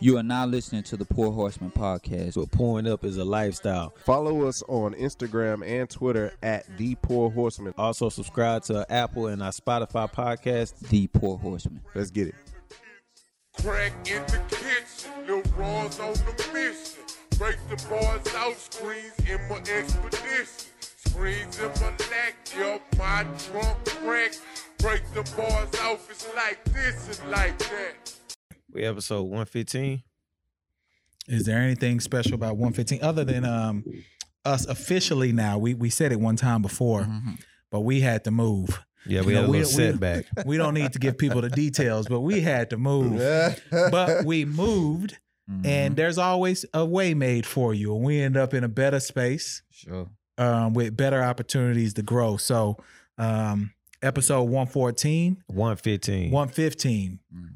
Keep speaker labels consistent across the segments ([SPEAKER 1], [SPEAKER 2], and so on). [SPEAKER 1] You are now listening to the Poor Horseman podcast.
[SPEAKER 2] But pouring up is a lifestyle.
[SPEAKER 3] Follow us on Instagram and Twitter at The Poor Horseman.
[SPEAKER 2] Also, subscribe to our Apple and our Spotify podcast.
[SPEAKER 1] The Poor Horseman.
[SPEAKER 3] Let's get it.
[SPEAKER 4] Crack in the kitchen, Lil Raw's on the mission. Break the bars out, screens in my expedition. Screens in my lack, yo, my drunk wreck. Break the bars out, it's like this and like that.
[SPEAKER 2] We episode 115.
[SPEAKER 5] Is there anything special about 115 other than um us officially now? We we said it one time before, but we had to move.
[SPEAKER 2] Yeah, we
[SPEAKER 5] You know,
[SPEAKER 2] had a
[SPEAKER 5] we-
[SPEAKER 2] little
[SPEAKER 5] we-
[SPEAKER 2] setback.
[SPEAKER 5] We don't need to give people the details, but we had to move. But we moved, and there's always a way made for you, and we end up in a better space
[SPEAKER 1] sure.
[SPEAKER 5] um, with better opportunities to grow. So, um, episode 114,
[SPEAKER 2] 115.
[SPEAKER 5] 115.
[SPEAKER 1] Mm.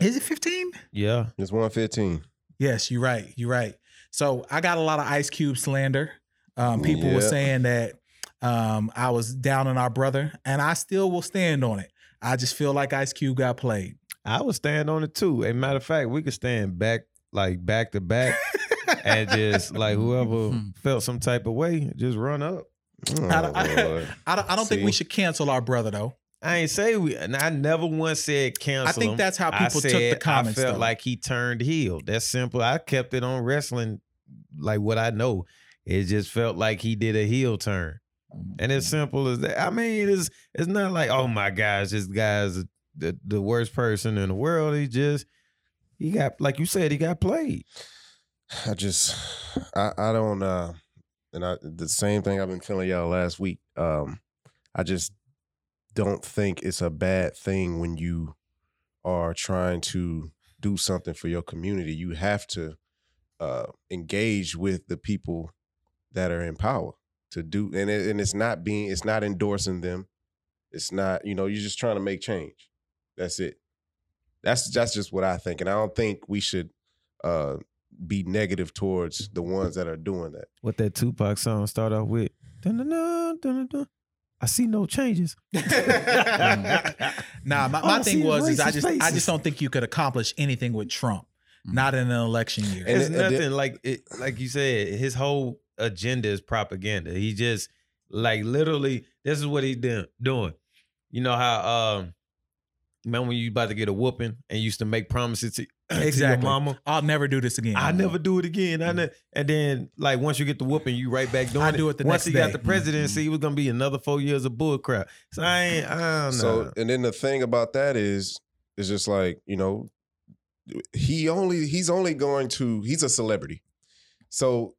[SPEAKER 5] Is it 15?
[SPEAKER 2] Yeah.
[SPEAKER 3] It's 115.
[SPEAKER 5] Yes, you're right. You're right. So I got a lot of Ice Cube slander. Um, people were
[SPEAKER 3] Yeah.
[SPEAKER 5] saying that um, I was down on our brother, and I still will stand on it. I just feel like Ice Cube got played.
[SPEAKER 2] I would stand on it too. As a matter of fact, we could stand back, like back to back, and just like whoever
[SPEAKER 5] Hmm.
[SPEAKER 2] felt some type of way, just run up.
[SPEAKER 3] Oh,
[SPEAKER 5] I don't- I-
[SPEAKER 3] Lord.
[SPEAKER 5] I don't, I don't think we
[SPEAKER 3] See?
[SPEAKER 5] should cancel our brother though.
[SPEAKER 2] I ain't say we, and I never once said cancel.
[SPEAKER 5] I think
[SPEAKER 2] him.
[SPEAKER 5] that's how
[SPEAKER 2] I
[SPEAKER 5] people took
[SPEAKER 2] said
[SPEAKER 5] the comments.
[SPEAKER 2] I felt
[SPEAKER 5] though.
[SPEAKER 2] like he turned heel. That's simple. I kept it on wrestling, like what I know. It just felt like he did a heel turn, and
[SPEAKER 5] Mm-hmm.
[SPEAKER 2] as simple as that. I mean, it is. It's not like oh my gosh, this guy's the, the worst person in the world. He just he got like you said, he got played.
[SPEAKER 3] I just, I, I don't, uh, and I, the same thing I've been telling y'all last week. Um, I just don't think it's a bad thing when you are trying to do something for your community. You have to uh, engage with the people that are in power to do, and it, and it's not being, it's not endorsing them. It's not, you know, you're just trying to make change. That's it. That's that's just what I think, and I don't think we should uh, be negative towards the ones that are doing that.
[SPEAKER 2] What that Tupac song start off with? Dun, dun, dun, dun, dun, dun. I see no changes. Mm.
[SPEAKER 5] Mm. nah, my, my
[SPEAKER 2] Oh,
[SPEAKER 5] thing
[SPEAKER 2] see,
[SPEAKER 5] was is I
[SPEAKER 2] racist
[SPEAKER 5] just I
[SPEAKER 2] faces.
[SPEAKER 5] just don't think you could accomplish anything with Trump,
[SPEAKER 1] Mm.
[SPEAKER 5] not in an election year.
[SPEAKER 3] And
[SPEAKER 2] it's
[SPEAKER 3] it- it-
[SPEAKER 2] nothing like it like you said his whole agenda is propaganda he just like literally this is what he done, doing you know how um remember when you about to get a whooping and used to make promises to, to your
[SPEAKER 5] Exactly. Mm-hmm.
[SPEAKER 2] mama
[SPEAKER 5] I'll never do this again.
[SPEAKER 2] I never do it again. I ne- and then, like, once you get the whooping, you right back doing
[SPEAKER 5] I
[SPEAKER 2] it.
[SPEAKER 5] do it the
[SPEAKER 2] once
[SPEAKER 5] next
[SPEAKER 2] he got
[SPEAKER 5] day. Mm-hmm.
[SPEAKER 2] the presidency, it was gonna be another four years of bull crap. So I ain't. I
[SPEAKER 5] Oh,
[SPEAKER 2] don't know.
[SPEAKER 3] So, and then the thing about that is, it's just like you know, he only he's only going to he's a celebrity, so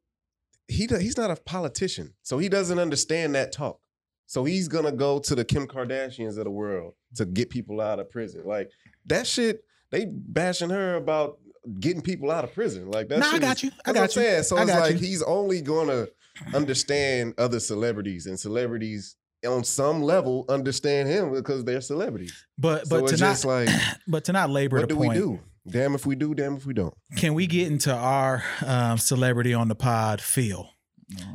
[SPEAKER 3] he do- he's not a politician, so he doesn't understand that talk. So he's gonna go to the Kim Kardashians of the world to get people out of prison. Like that shit, they bashing her about getting people out of prison. Like that.
[SPEAKER 5] Nah, I
[SPEAKER 3] shit is-
[SPEAKER 5] got you. I
[SPEAKER 3] That's what
[SPEAKER 5] got
[SPEAKER 3] I'm
[SPEAKER 5] you.
[SPEAKER 3] saying. So
[SPEAKER 5] I
[SPEAKER 3] it's
[SPEAKER 5] got
[SPEAKER 3] like
[SPEAKER 5] you.
[SPEAKER 3] he's only gonna understand other celebrities, and celebrities on some level understand him because they're celebrities.
[SPEAKER 5] But
[SPEAKER 3] so
[SPEAKER 5] but
[SPEAKER 3] it's
[SPEAKER 5] to not
[SPEAKER 3] just like,
[SPEAKER 5] but to not labor
[SPEAKER 3] what
[SPEAKER 5] the
[SPEAKER 3] do
[SPEAKER 5] point.
[SPEAKER 3] we do? Damn if we do, damn if we don't.
[SPEAKER 5] Can we get into our um, celebrity on the pod, Phil?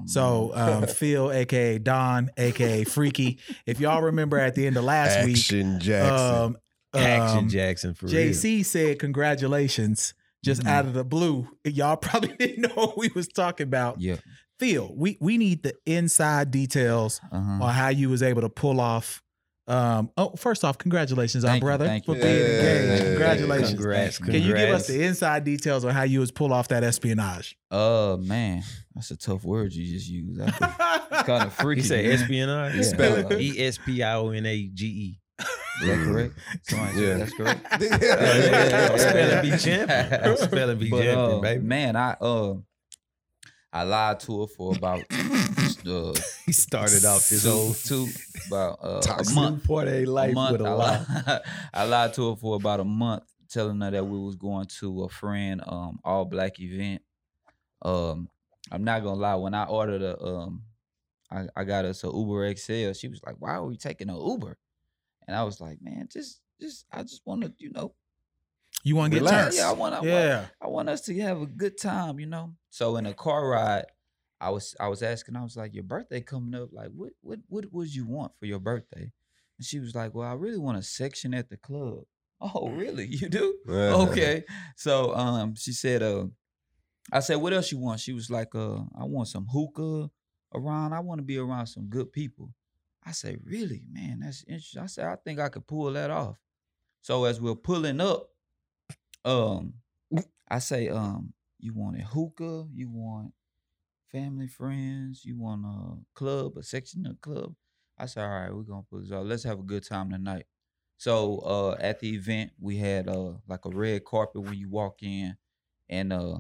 [SPEAKER 5] So um, Phil, aka Don, aka Freaky. If y'all remember at the end of last week,
[SPEAKER 3] Action Jackson.
[SPEAKER 5] um,
[SPEAKER 2] Action
[SPEAKER 5] um,
[SPEAKER 2] Jackson for real.
[SPEAKER 5] JC said congratulations just
[SPEAKER 1] Mhm.
[SPEAKER 5] out of the blue. Y'all probably didn't know what we was talking about.
[SPEAKER 1] yeah.
[SPEAKER 5] Phil, we we need the inside details
[SPEAKER 1] Uh-huh.
[SPEAKER 5] on how you was able to pull off. Um, oh, first off, congratulations,
[SPEAKER 1] Thank you,
[SPEAKER 5] our brother,
[SPEAKER 1] thank
[SPEAKER 5] for
[SPEAKER 1] you.
[SPEAKER 5] being
[SPEAKER 3] Yeah,
[SPEAKER 5] engaged.
[SPEAKER 3] yeah,
[SPEAKER 5] Congratulations.
[SPEAKER 2] Congrats,
[SPEAKER 5] Can you give
[SPEAKER 2] congrats.
[SPEAKER 5] us the inside details on how you was pull off that espionage?
[SPEAKER 1] Oh man, that's a tough word you just used. I think It's
[SPEAKER 5] That's
[SPEAKER 1] kind of freaky.
[SPEAKER 2] He said
[SPEAKER 1] man.
[SPEAKER 2] espionage.
[SPEAKER 1] Yeah.
[SPEAKER 3] Spell
[SPEAKER 5] it.
[SPEAKER 2] E S P I O N A G E.
[SPEAKER 1] Is that correct? Somebody said
[SPEAKER 3] Yeah.
[SPEAKER 1] that's correct.
[SPEAKER 2] Yeah, yeah, yeah,
[SPEAKER 3] E.
[SPEAKER 2] yeah.
[SPEAKER 1] yeah.
[SPEAKER 2] Spelling be champion. I'm Spelling be
[SPEAKER 1] But uh,
[SPEAKER 2] champion, baby.
[SPEAKER 1] man, I uh, I lied to her for about uh,
[SPEAKER 2] He started off this
[SPEAKER 1] two-
[SPEAKER 2] whole
[SPEAKER 1] two about uh, a
[SPEAKER 3] Toxic.
[SPEAKER 1] month.
[SPEAKER 2] part of
[SPEAKER 1] a
[SPEAKER 2] life
[SPEAKER 1] month,
[SPEAKER 2] with a
[SPEAKER 1] I,
[SPEAKER 2] lie.
[SPEAKER 1] lied, I lied to her for about a month, telling her that we was going to a friend um all black event. Um, I'm not gonna lie, when I ordered a um, I, I got us a Uber XL. She was like, "Why are we taking an Uber?" And I was like, "Man, just just I just want to you know
[SPEAKER 5] You want to get
[SPEAKER 3] Relax.
[SPEAKER 5] turned?
[SPEAKER 1] yeah I want to
[SPEAKER 5] Yeah.
[SPEAKER 1] I want us to have a good time, you know. So in a car ride, I was I was asking, I was like, "Your birthday coming up? Like, what what what would you want for your birthday?" And she was like, "Well, I really want a section at the club." Oh, really? You do?
[SPEAKER 3] Uh-huh.
[SPEAKER 1] okay. So um, she said, uh, I said, what else you want? She was like, uh, I want some hookah around. I want to be around some good people. I said, really, man, that's interesting. I said, I think I could pull that off. So as we're pulling up, um, I say, um, you want a hookah, you want family, friends, you want a club, a section of the club. I said, all right, we're gonna put this off. Let's have a good time tonight. So uh at the event we had uh like a red carpet when you walk in and uh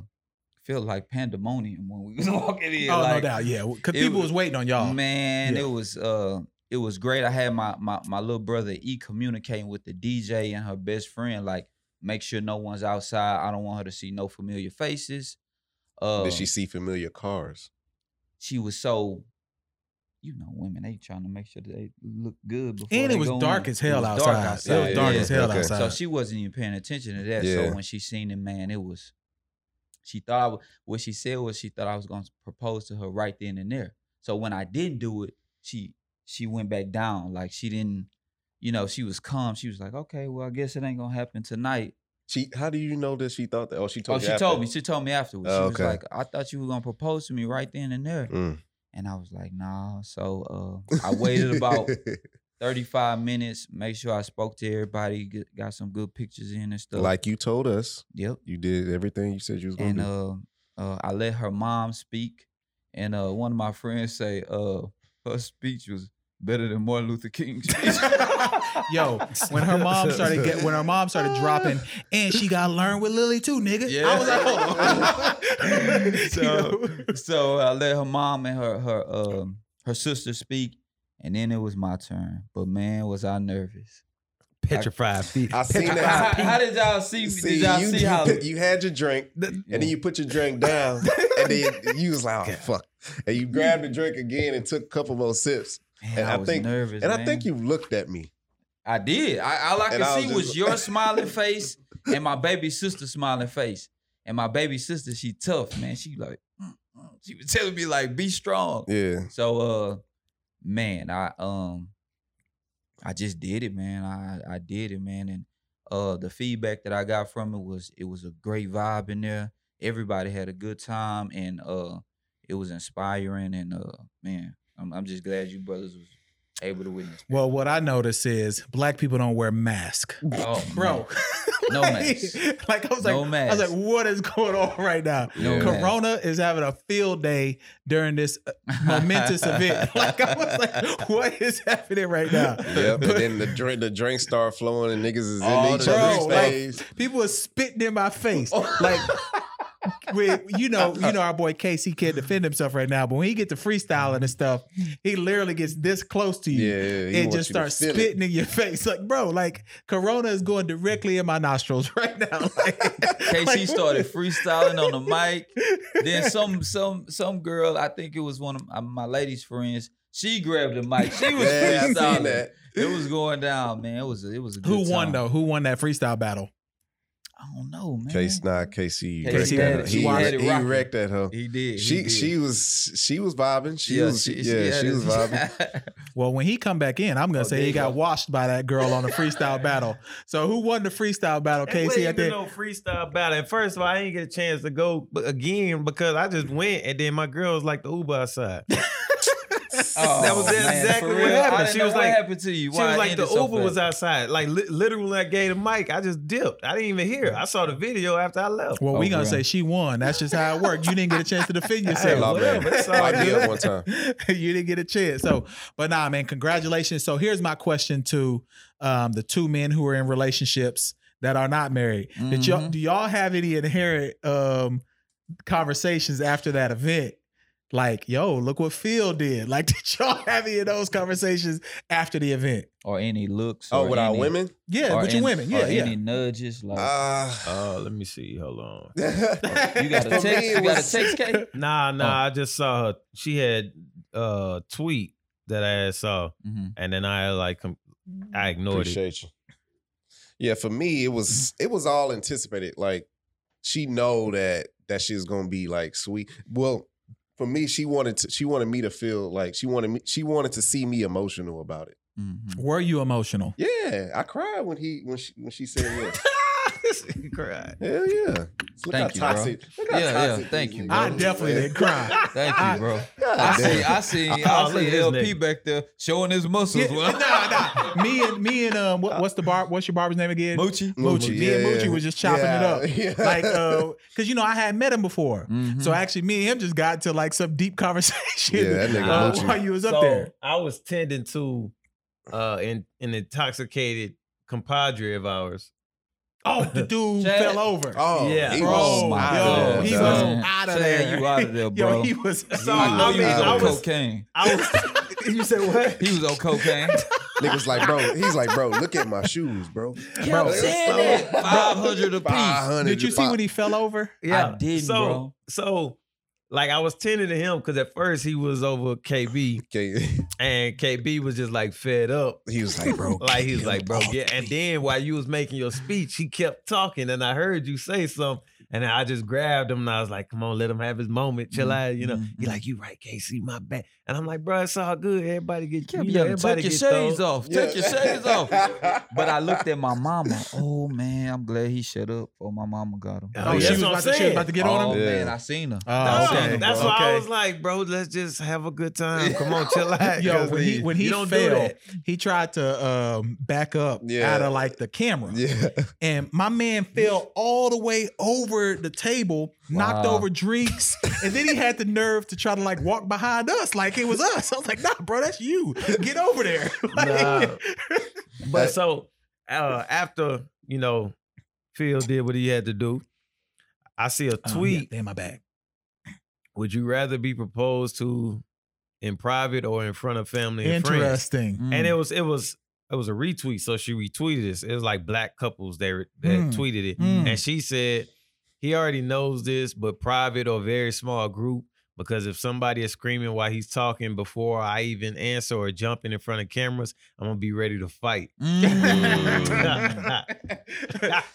[SPEAKER 1] felt like pandemonium when we was walking in.
[SPEAKER 5] oh no
[SPEAKER 1] like,
[SPEAKER 5] doubt, yeah. Because
[SPEAKER 1] it
[SPEAKER 5] people
[SPEAKER 1] was-
[SPEAKER 5] was waiting on y'all.
[SPEAKER 1] Man,
[SPEAKER 5] Oh, yeah.
[SPEAKER 1] it was uh it was great. I had my my my little brother E communicating with the DJ and her best friend, like make sure no one's outside. I don't want her to see no familiar faces. Uh
[SPEAKER 3] Did she see familiar cars?
[SPEAKER 1] she was so you know, women, they trying to make sure that they look good before
[SPEAKER 5] and
[SPEAKER 1] they
[SPEAKER 5] it was
[SPEAKER 1] go
[SPEAKER 5] dark
[SPEAKER 1] in.
[SPEAKER 5] as hell
[SPEAKER 1] It was
[SPEAKER 5] outside.
[SPEAKER 1] dark
[SPEAKER 5] It was
[SPEAKER 1] outside,
[SPEAKER 5] dark
[SPEAKER 1] yeah.
[SPEAKER 5] as hell
[SPEAKER 3] Okay.
[SPEAKER 5] outside.
[SPEAKER 1] So she wasn't even paying attention to that.
[SPEAKER 3] Yeah.
[SPEAKER 1] So when she seen it, man, it was. She thought I wa- what she said was she thought I was gonna propose to her right then and there. So when I didn't do it, she she went back down like she didn't, you know, she was calm. She was like, okay, well, I guess it ain't gonna happen tonight.
[SPEAKER 3] She. How do you know that she thought that? Oh, she told.
[SPEAKER 1] oh,
[SPEAKER 3] you
[SPEAKER 1] she
[SPEAKER 3] after.
[SPEAKER 1] told me. She told me afterwards.
[SPEAKER 3] Oh,
[SPEAKER 1] she was
[SPEAKER 3] okay.
[SPEAKER 1] like, I thought you were gonna propose to me right then and there.
[SPEAKER 3] Mm.
[SPEAKER 1] And I was like, nah. So uh, I waited about 35 minutes, make sure I spoke to everybody, get, got some good pictures in and stuff.
[SPEAKER 3] like you told us,
[SPEAKER 1] yep.
[SPEAKER 3] you did everything you said you was gonna
[SPEAKER 1] and
[SPEAKER 3] do.
[SPEAKER 1] uh, uh, I let her mom speak, and uh, one of my friends say, uh, her speech was better than Martin Luther King's speech.
[SPEAKER 5] Yo, when her mom started get, when her mom started dropping, and she got learned with Lily too, nigga. I was like, hold
[SPEAKER 1] so,
[SPEAKER 5] on.
[SPEAKER 1] so I let her mom and her her um, her sister speak, and then it was my turn. But man, was I nervous.
[SPEAKER 2] Petrified feet.
[SPEAKER 3] I seen
[SPEAKER 1] How,
[SPEAKER 3] that.
[SPEAKER 1] how- how did y'all see?
[SPEAKER 3] See,
[SPEAKER 1] did y'all
[SPEAKER 3] you,
[SPEAKER 1] see
[SPEAKER 3] you,
[SPEAKER 1] how?
[SPEAKER 3] put- you had your drink, and then you put your drink down, and then you was like, oh, "Fuck!" And you grabbed the drink again and took a couple more sips.
[SPEAKER 1] Man,
[SPEAKER 3] and
[SPEAKER 1] I,
[SPEAKER 3] I
[SPEAKER 1] was
[SPEAKER 3] think-
[SPEAKER 1] nervous,
[SPEAKER 3] And I
[SPEAKER 1] man.
[SPEAKER 3] think you looked at me.
[SPEAKER 1] I did. I, all I
[SPEAKER 3] And
[SPEAKER 1] could
[SPEAKER 3] I was
[SPEAKER 1] see
[SPEAKER 3] just
[SPEAKER 1] was
[SPEAKER 3] like-
[SPEAKER 1] your smiling face and my baby sister's smiling face. And my baby sister, she tough, man. She like, "Mm, mm." she was telling me like, be strong.
[SPEAKER 3] Yeah,
[SPEAKER 1] So, uh, man, I um, I just did it, man. I I did it, man. And uh, the feedback that I got from it was it was a great vibe in there. Everybody had a good time, and uh, it was inspiring. And uh, man, I'm I'm just glad you brothers was able to witness.
[SPEAKER 5] well, what I noticed is black people don't wear masks,
[SPEAKER 1] Oh, man.
[SPEAKER 5] bro.
[SPEAKER 1] No
[SPEAKER 5] like,
[SPEAKER 1] mask.
[SPEAKER 5] Like I was like,
[SPEAKER 1] No
[SPEAKER 5] I was
[SPEAKER 1] mask.
[SPEAKER 5] like, what is going on right now?
[SPEAKER 1] No mask.
[SPEAKER 5] Corona is having a field day during this uh, momentous event. Like I was like, what is happening right now?
[SPEAKER 3] yep. and then the drink, the drink started flowing, and niggas is
[SPEAKER 1] All
[SPEAKER 3] in each
[SPEAKER 1] the-
[SPEAKER 3] other's
[SPEAKER 5] Bro, like-
[SPEAKER 3] face.
[SPEAKER 5] People are spitting in my face.
[SPEAKER 3] Oh.
[SPEAKER 5] Like with you know, you know our boy Case, he can't defend himself right now, but when he gets to freestyling and stuff, he literally gets this close to you.
[SPEAKER 3] yeah, yeah, he
[SPEAKER 5] And
[SPEAKER 3] wants
[SPEAKER 5] just
[SPEAKER 3] you to
[SPEAKER 5] starts
[SPEAKER 3] feel it.
[SPEAKER 5] spitting in your face, like bro. Like Corona is going directly in my nostrils right now. Like,
[SPEAKER 1] KC
[SPEAKER 5] like,
[SPEAKER 1] started freestyling on the mic. Then some some some girl, I think it was one of my- my ladies' friends. She grabbed the mic. She was
[SPEAKER 3] Yeah, I seen
[SPEAKER 1] freestyling.
[SPEAKER 3] that.
[SPEAKER 1] It was going down, man. It was a, it was a good
[SPEAKER 5] Who won
[SPEAKER 1] time.
[SPEAKER 5] though? Who won that freestyle battle?
[SPEAKER 1] I don't know, man.
[SPEAKER 3] Case not KC.
[SPEAKER 1] KC
[SPEAKER 3] wrecked
[SPEAKER 5] had
[SPEAKER 3] at her.
[SPEAKER 5] it.
[SPEAKER 3] He,
[SPEAKER 5] She
[SPEAKER 1] had it
[SPEAKER 3] he
[SPEAKER 1] rocking.
[SPEAKER 3] wrecked at her.
[SPEAKER 1] He did. he
[SPEAKER 3] She
[SPEAKER 1] did.
[SPEAKER 3] she was she was vibing. She was yeah
[SPEAKER 1] had
[SPEAKER 3] she
[SPEAKER 1] it.
[SPEAKER 3] was vibing.
[SPEAKER 5] Well, when he come back in, I'm gonna
[SPEAKER 1] Oh,
[SPEAKER 5] say
[SPEAKER 1] there
[SPEAKER 5] he
[SPEAKER 1] you
[SPEAKER 5] got
[SPEAKER 1] go.
[SPEAKER 5] washed by that girl on the freestyle battle. So who won the freestyle battle,
[SPEAKER 2] It
[SPEAKER 5] Casey? I
[SPEAKER 2] wasn't even
[SPEAKER 5] think
[SPEAKER 2] no freestyle battle. And first of all, I didn't get a chance to go b- again because I just went, and then my girl was like the Uber outside.
[SPEAKER 1] Oh,
[SPEAKER 2] That was
[SPEAKER 1] man,
[SPEAKER 2] exactly
[SPEAKER 1] for
[SPEAKER 2] what
[SPEAKER 1] real? I
[SPEAKER 2] happened.
[SPEAKER 1] didn't
[SPEAKER 2] She
[SPEAKER 1] know
[SPEAKER 2] was
[SPEAKER 1] what
[SPEAKER 2] like-
[SPEAKER 1] happened to you?
[SPEAKER 2] She
[SPEAKER 1] Why
[SPEAKER 2] was
[SPEAKER 1] it
[SPEAKER 2] like the
[SPEAKER 1] ended so
[SPEAKER 2] Uber was
[SPEAKER 1] fast?
[SPEAKER 2] outside. Like li- literally, when I gave the mic, I just dipped. I didn't even hear. I saw the video after I left.
[SPEAKER 5] Well, we
[SPEAKER 1] Oh,
[SPEAKER 5] gonna
[SPEAKER 1] bro.
[SPEAKER 5] say she won. That's just how it worked. You didn't get a chance to
[SPEAKER 2] Hey,
[SPEAKER 5] defend
[SPEAKER 3] Hey,
[SPEAKER 5] yourself.
[SPEAKER 2] love
[SPEAKER 3] man.
[SPEAKER 2] whatever, it's all
[SPEAKER 3] Might be
[SPEAKER 2] good.
[SPEAKER 3] up one time.
[SPEAKER 5] you didn't get a chance. So, but nah, man, congratulations. So here's my question to um, the two men who are in relationships that are not married. Did y'all
[SPEAKER 1] Mhm.
[SPEAKER 5] do y'all have any inherent um, conversations after that event? Like, yo, look what Phil did. Like, did y'all have any of those conversations after the event?
[SPEAKER 1] or any looks?
[SPEAKER 3] Oh,
[SPEAKER 1] or
[SPEAKER 3] with our
[SPEAKER 1] any-
[SPEAKER 3] women.
[SPEAKER 5] Yeah,
[SPEAKER 1] or
[SPEAKER 5] with your
[SPEAKER 1] any-
[SPEAKER 5] women. Yeah,
[SPEAKER 1] or
[SPEAKER 5] yeah.
[SPEAKER 1] Any nudges? Like
[SPEAKER 3] Uh,
[SPEAKER 2] Oh, let me see. Hold on.
[SPEAKER 1] you got a
[SPEAKER 3] for me,
[SPEAKER 1] text?
[SPEAKER 3] it
[SPEAKER 1] You got a
[SPEAKER 3] was-
[SPEAKER 1] text? Kate?
[SPEAKER 2] Nah, nah. I just saw her. She had a tweet that I had saw,
[SPEAKER 1] Mhm.
[SPEAKER 2] and then I like com-
[SPEAKER 1] Mm-hmm.
[SPEAKER 2] I ignored it.
[SPEAKER 3] Appreciate you. Yeah, for me, it was
[SPEAKER 1] Mm-hmm.
[SPEAKER 3] it was all anticipated. Like she know that that she was gonna be like sweet. Well, for me, she wanted to she wanted me to feel like she wanted me she wanted to see me emotional about it.
[SPEAKER 1] Mhm.
[SPEAKER 5] Were you emotional?
[SPEAKER 3] Yeah, I cried when he when she when she said yes.
[SPEAKER 2] she cried.
[SPEAKER 3] Hell yeah. Look how
[SPEAKER 1] Thank you, bro.
[SPEAKER 3] toxic. Look how
[SPEAKER 1] Yeah, yeah,
[SPEAKER 3] toxic
[SPEAKER 1] thank
[SPEAKER 3] these
[SPEAKER 1] you,
[SPEAKER 3] niggas
[SPEAKER 1] bro.
[SPEAKER 5] I
[SPEAKER 3] is,
[SPEAKER 5] definitely
[SPEAKER 3] man.
[SPEAKER 5] didn't cry.
[SPEAKER 1] Thank
[SPEAKER 5] I-
[SPEAKER 1] you, bro.
[SPEAKER 3] God
[SPEAKER 1] I
[SPEAKER 3] damn.
[SPEAKER 1] see, I see, I
[SPEAKER 2] Oh, look at
[SPEAKER 1] see
[SPEAKER 2] this
[SPEAKER 1] LP
[SPEAKER 2] nigga.
[SPEAKER 1] back there showing his muscles.
[SPEAKER 5] Yeah, nah, nah. Me and me and um, what, what's the bar? What's your barber's name again?
[SPEAKER 1] Moochie.
[SPEAKER 5] Moochie. Me and Moochie was just chopping it
[SPEAKER 3] Yeah,
[SPEAKER 5] up,
[SPEAKER 3] yeah.
[SPEAKER 5] like uh, because you know I had met him before.
[SPEAKER 1] Mhm.
[SPEAKER 2] Mm-hmm.
[SPEAKER 5] So actually, me and him just got to like some deep conversation
[SPEAKER 3] Yeah, that nigga
[SPEAKER 5] uh,
[SPEAKER 3] Moochie.
[SPEAKER 5] while you was up
[SPEAKER 2] So,
[SPEAKER 5] there.
[SPEAKER 2] I was tending to uh an, an intoxicated compadre of ours.
[SPEAKER 5] Oh, the dude
[SPEAKER 1] Chad.
[SPEAKER 5] fell over.
[SPEAKER 3] Oh,
[SPEAKER 2] Yeah.
[SPEAKER 3] he
[SPEAKER 5] Bro,
[SPEAKER 3] was
[SPEAKER 1] Oh my
[SPEAKER 5] yo,
[SPEAKER 1] God,
[SPEAKER 5] he
[SPEAKER 1] dog.
[SPEAKER 5] was
[SPEAKER 3] son.
[SPEAKER 5] out of
[SPEAKER 1] Chad,
[SPEAKER 5] there.
[SPEAKER 1] you outta there, bro.
[SPEAKER 5] Yo, he was. So,
[SPEAKER 2] I
[SPEAKER 1] I know
[SPEAKER 5] I
[SPEAKER 1] he
[SPEAKER 5] mean,
[SPEAKER 1] was on
[SPEAKER 5] I was.
[SPEAKER 1] cocaine.
[SPEAKER 2] I was you said what?
[SPEAKER 1] He was on cocaine.
[SPEAKER 3] Niggas like, bro, he's like, bro, look at my shoes, bro.
[SPEAKER 1] Bro,
[SPEAKER 2] saying that.
[SPEAKER 1] five hundred apiece.
[SPEAKER 3] 500
[SPEAKER 5] Did you see
[SPEAKER 3] pop.
[SPEAKER 5] when he fell over?
[SPEAKER 1] I didn't,
[SPEAKER 2] so,
[SPEAKER 1] bro.
[SPEAKER 2] So like I was tending to him because at first he was over KB
[SPEAKER 3] Okay.
[SPEAKER 2] and KB was just like fed up.
[SPEAKER 3] He was like, bro.
[SPEAKER 2] Like he was
[SPEAKER 3] get
[SPEAKER 2] like,
[SPEAKER 3] him
[SPEAKER 2] bro,
[SPEAKER 3] off
[SPEAKER 2] get
[SPEAKER 3] me.
[SPEAKER 2] and then while you was making your speech, he kept talking and I heard you say something. And I just grabbed him and I was like, come on, let him have his moment. Chill out, you know.
[SPEAKER 1] Mhm,
[SPEAKER 2] He like, you right, KC, my bad. And I'm like, bro, it's all good. Everybody get you
[SPEAKER 1] Can't be
[SPEAKER 2] know,
[SPEAKER 1] able to
[SPEAKER 2] everybody
[SPEAKER 1] take your
[SPEAKER 2] get
[SPEAKER 1] shades
[SPEAKER 2] thrown."
[SPEAKER 1] off. Take your shades off. But I looked at my mama. Oh man, I'm glad he shut up. Oh, my mama got him.
[SPEAKER 2] Oh,
[SPEAKER 5] she
[SPEAKER 2] that's
[SPEAKER 5] was
[SPEAKER 2] what I'm
[SPEAKER 5] about to, she was
[SPEAKER 2] saying.
[SPEAKER 5] about to get
[SPEAKER 1] oh
[SPEAKER 5] on him.
[SPEAKER 3] Yeah.
[SPEAKER 1] man, I seen her.
[SPEAKER 2] No,
[SPEAKER 5] Oh, okay.
[SPEAKER 2] that's
[SPEAKER 5] okay.
[SPEAKER 2] why I was like, bro, let's just have a good time. Come on, chill out.
[SPEAKER 5] Yo,
[SPEAKER 2] 'cause
[SPEAKER 5] when he
[SPEAKER 2] you-
[SPEAKER 5] when
[SPEAKER 2] you
[SPEAKER 5] he
[SPEAKER 2] don't do
[SPEAKER 5] fell,
[SPEAKER 2] that.
[SPEAKER 5] he tried to um, back up
[SPEAKER 3] Yeah.
[SPEAKER 5] out of like the camera,
[SPEAKER 3] Yeah.
[SPEAKER 5] and my man fell all the way over the table, knocked
[SPEAKER 1] Wow.
[SPEAKER 5] over drinks, and then he had the nerve to try to like walk behind us like it was us. I was like, Nah, bro, that's you. Get over there. Like,
[SPEAKER 2] Nah.
[SPEAKER 3] But-
[SPEAKER 2] but so uh, after you know, Phil did what he had to do. I see a
[SPEAKER 5] um,
[SPEAKER 2] tweet.
[SPEAKER 5] yeah, they in my bag.
[SPEAKER 2] Would you rather be proposed to in private or in front of family and friends? Mm.
[SPEAKER 5] Interesting.
[SPEAKER 2] And it was it was it was a retweet. So she retweeted this. It was like black couples that that
[SPEAKER 5] Mm.
[SPEAKER 2] tweeted it.
[SPEAKER 5] Mm.
[SPEAKER 2] And she said, he already knows this, but private or very small group, because if somebody is screaming while he's talking before I even answer or jumping in front of cameras, I'm gonna be ready to fight. Mm.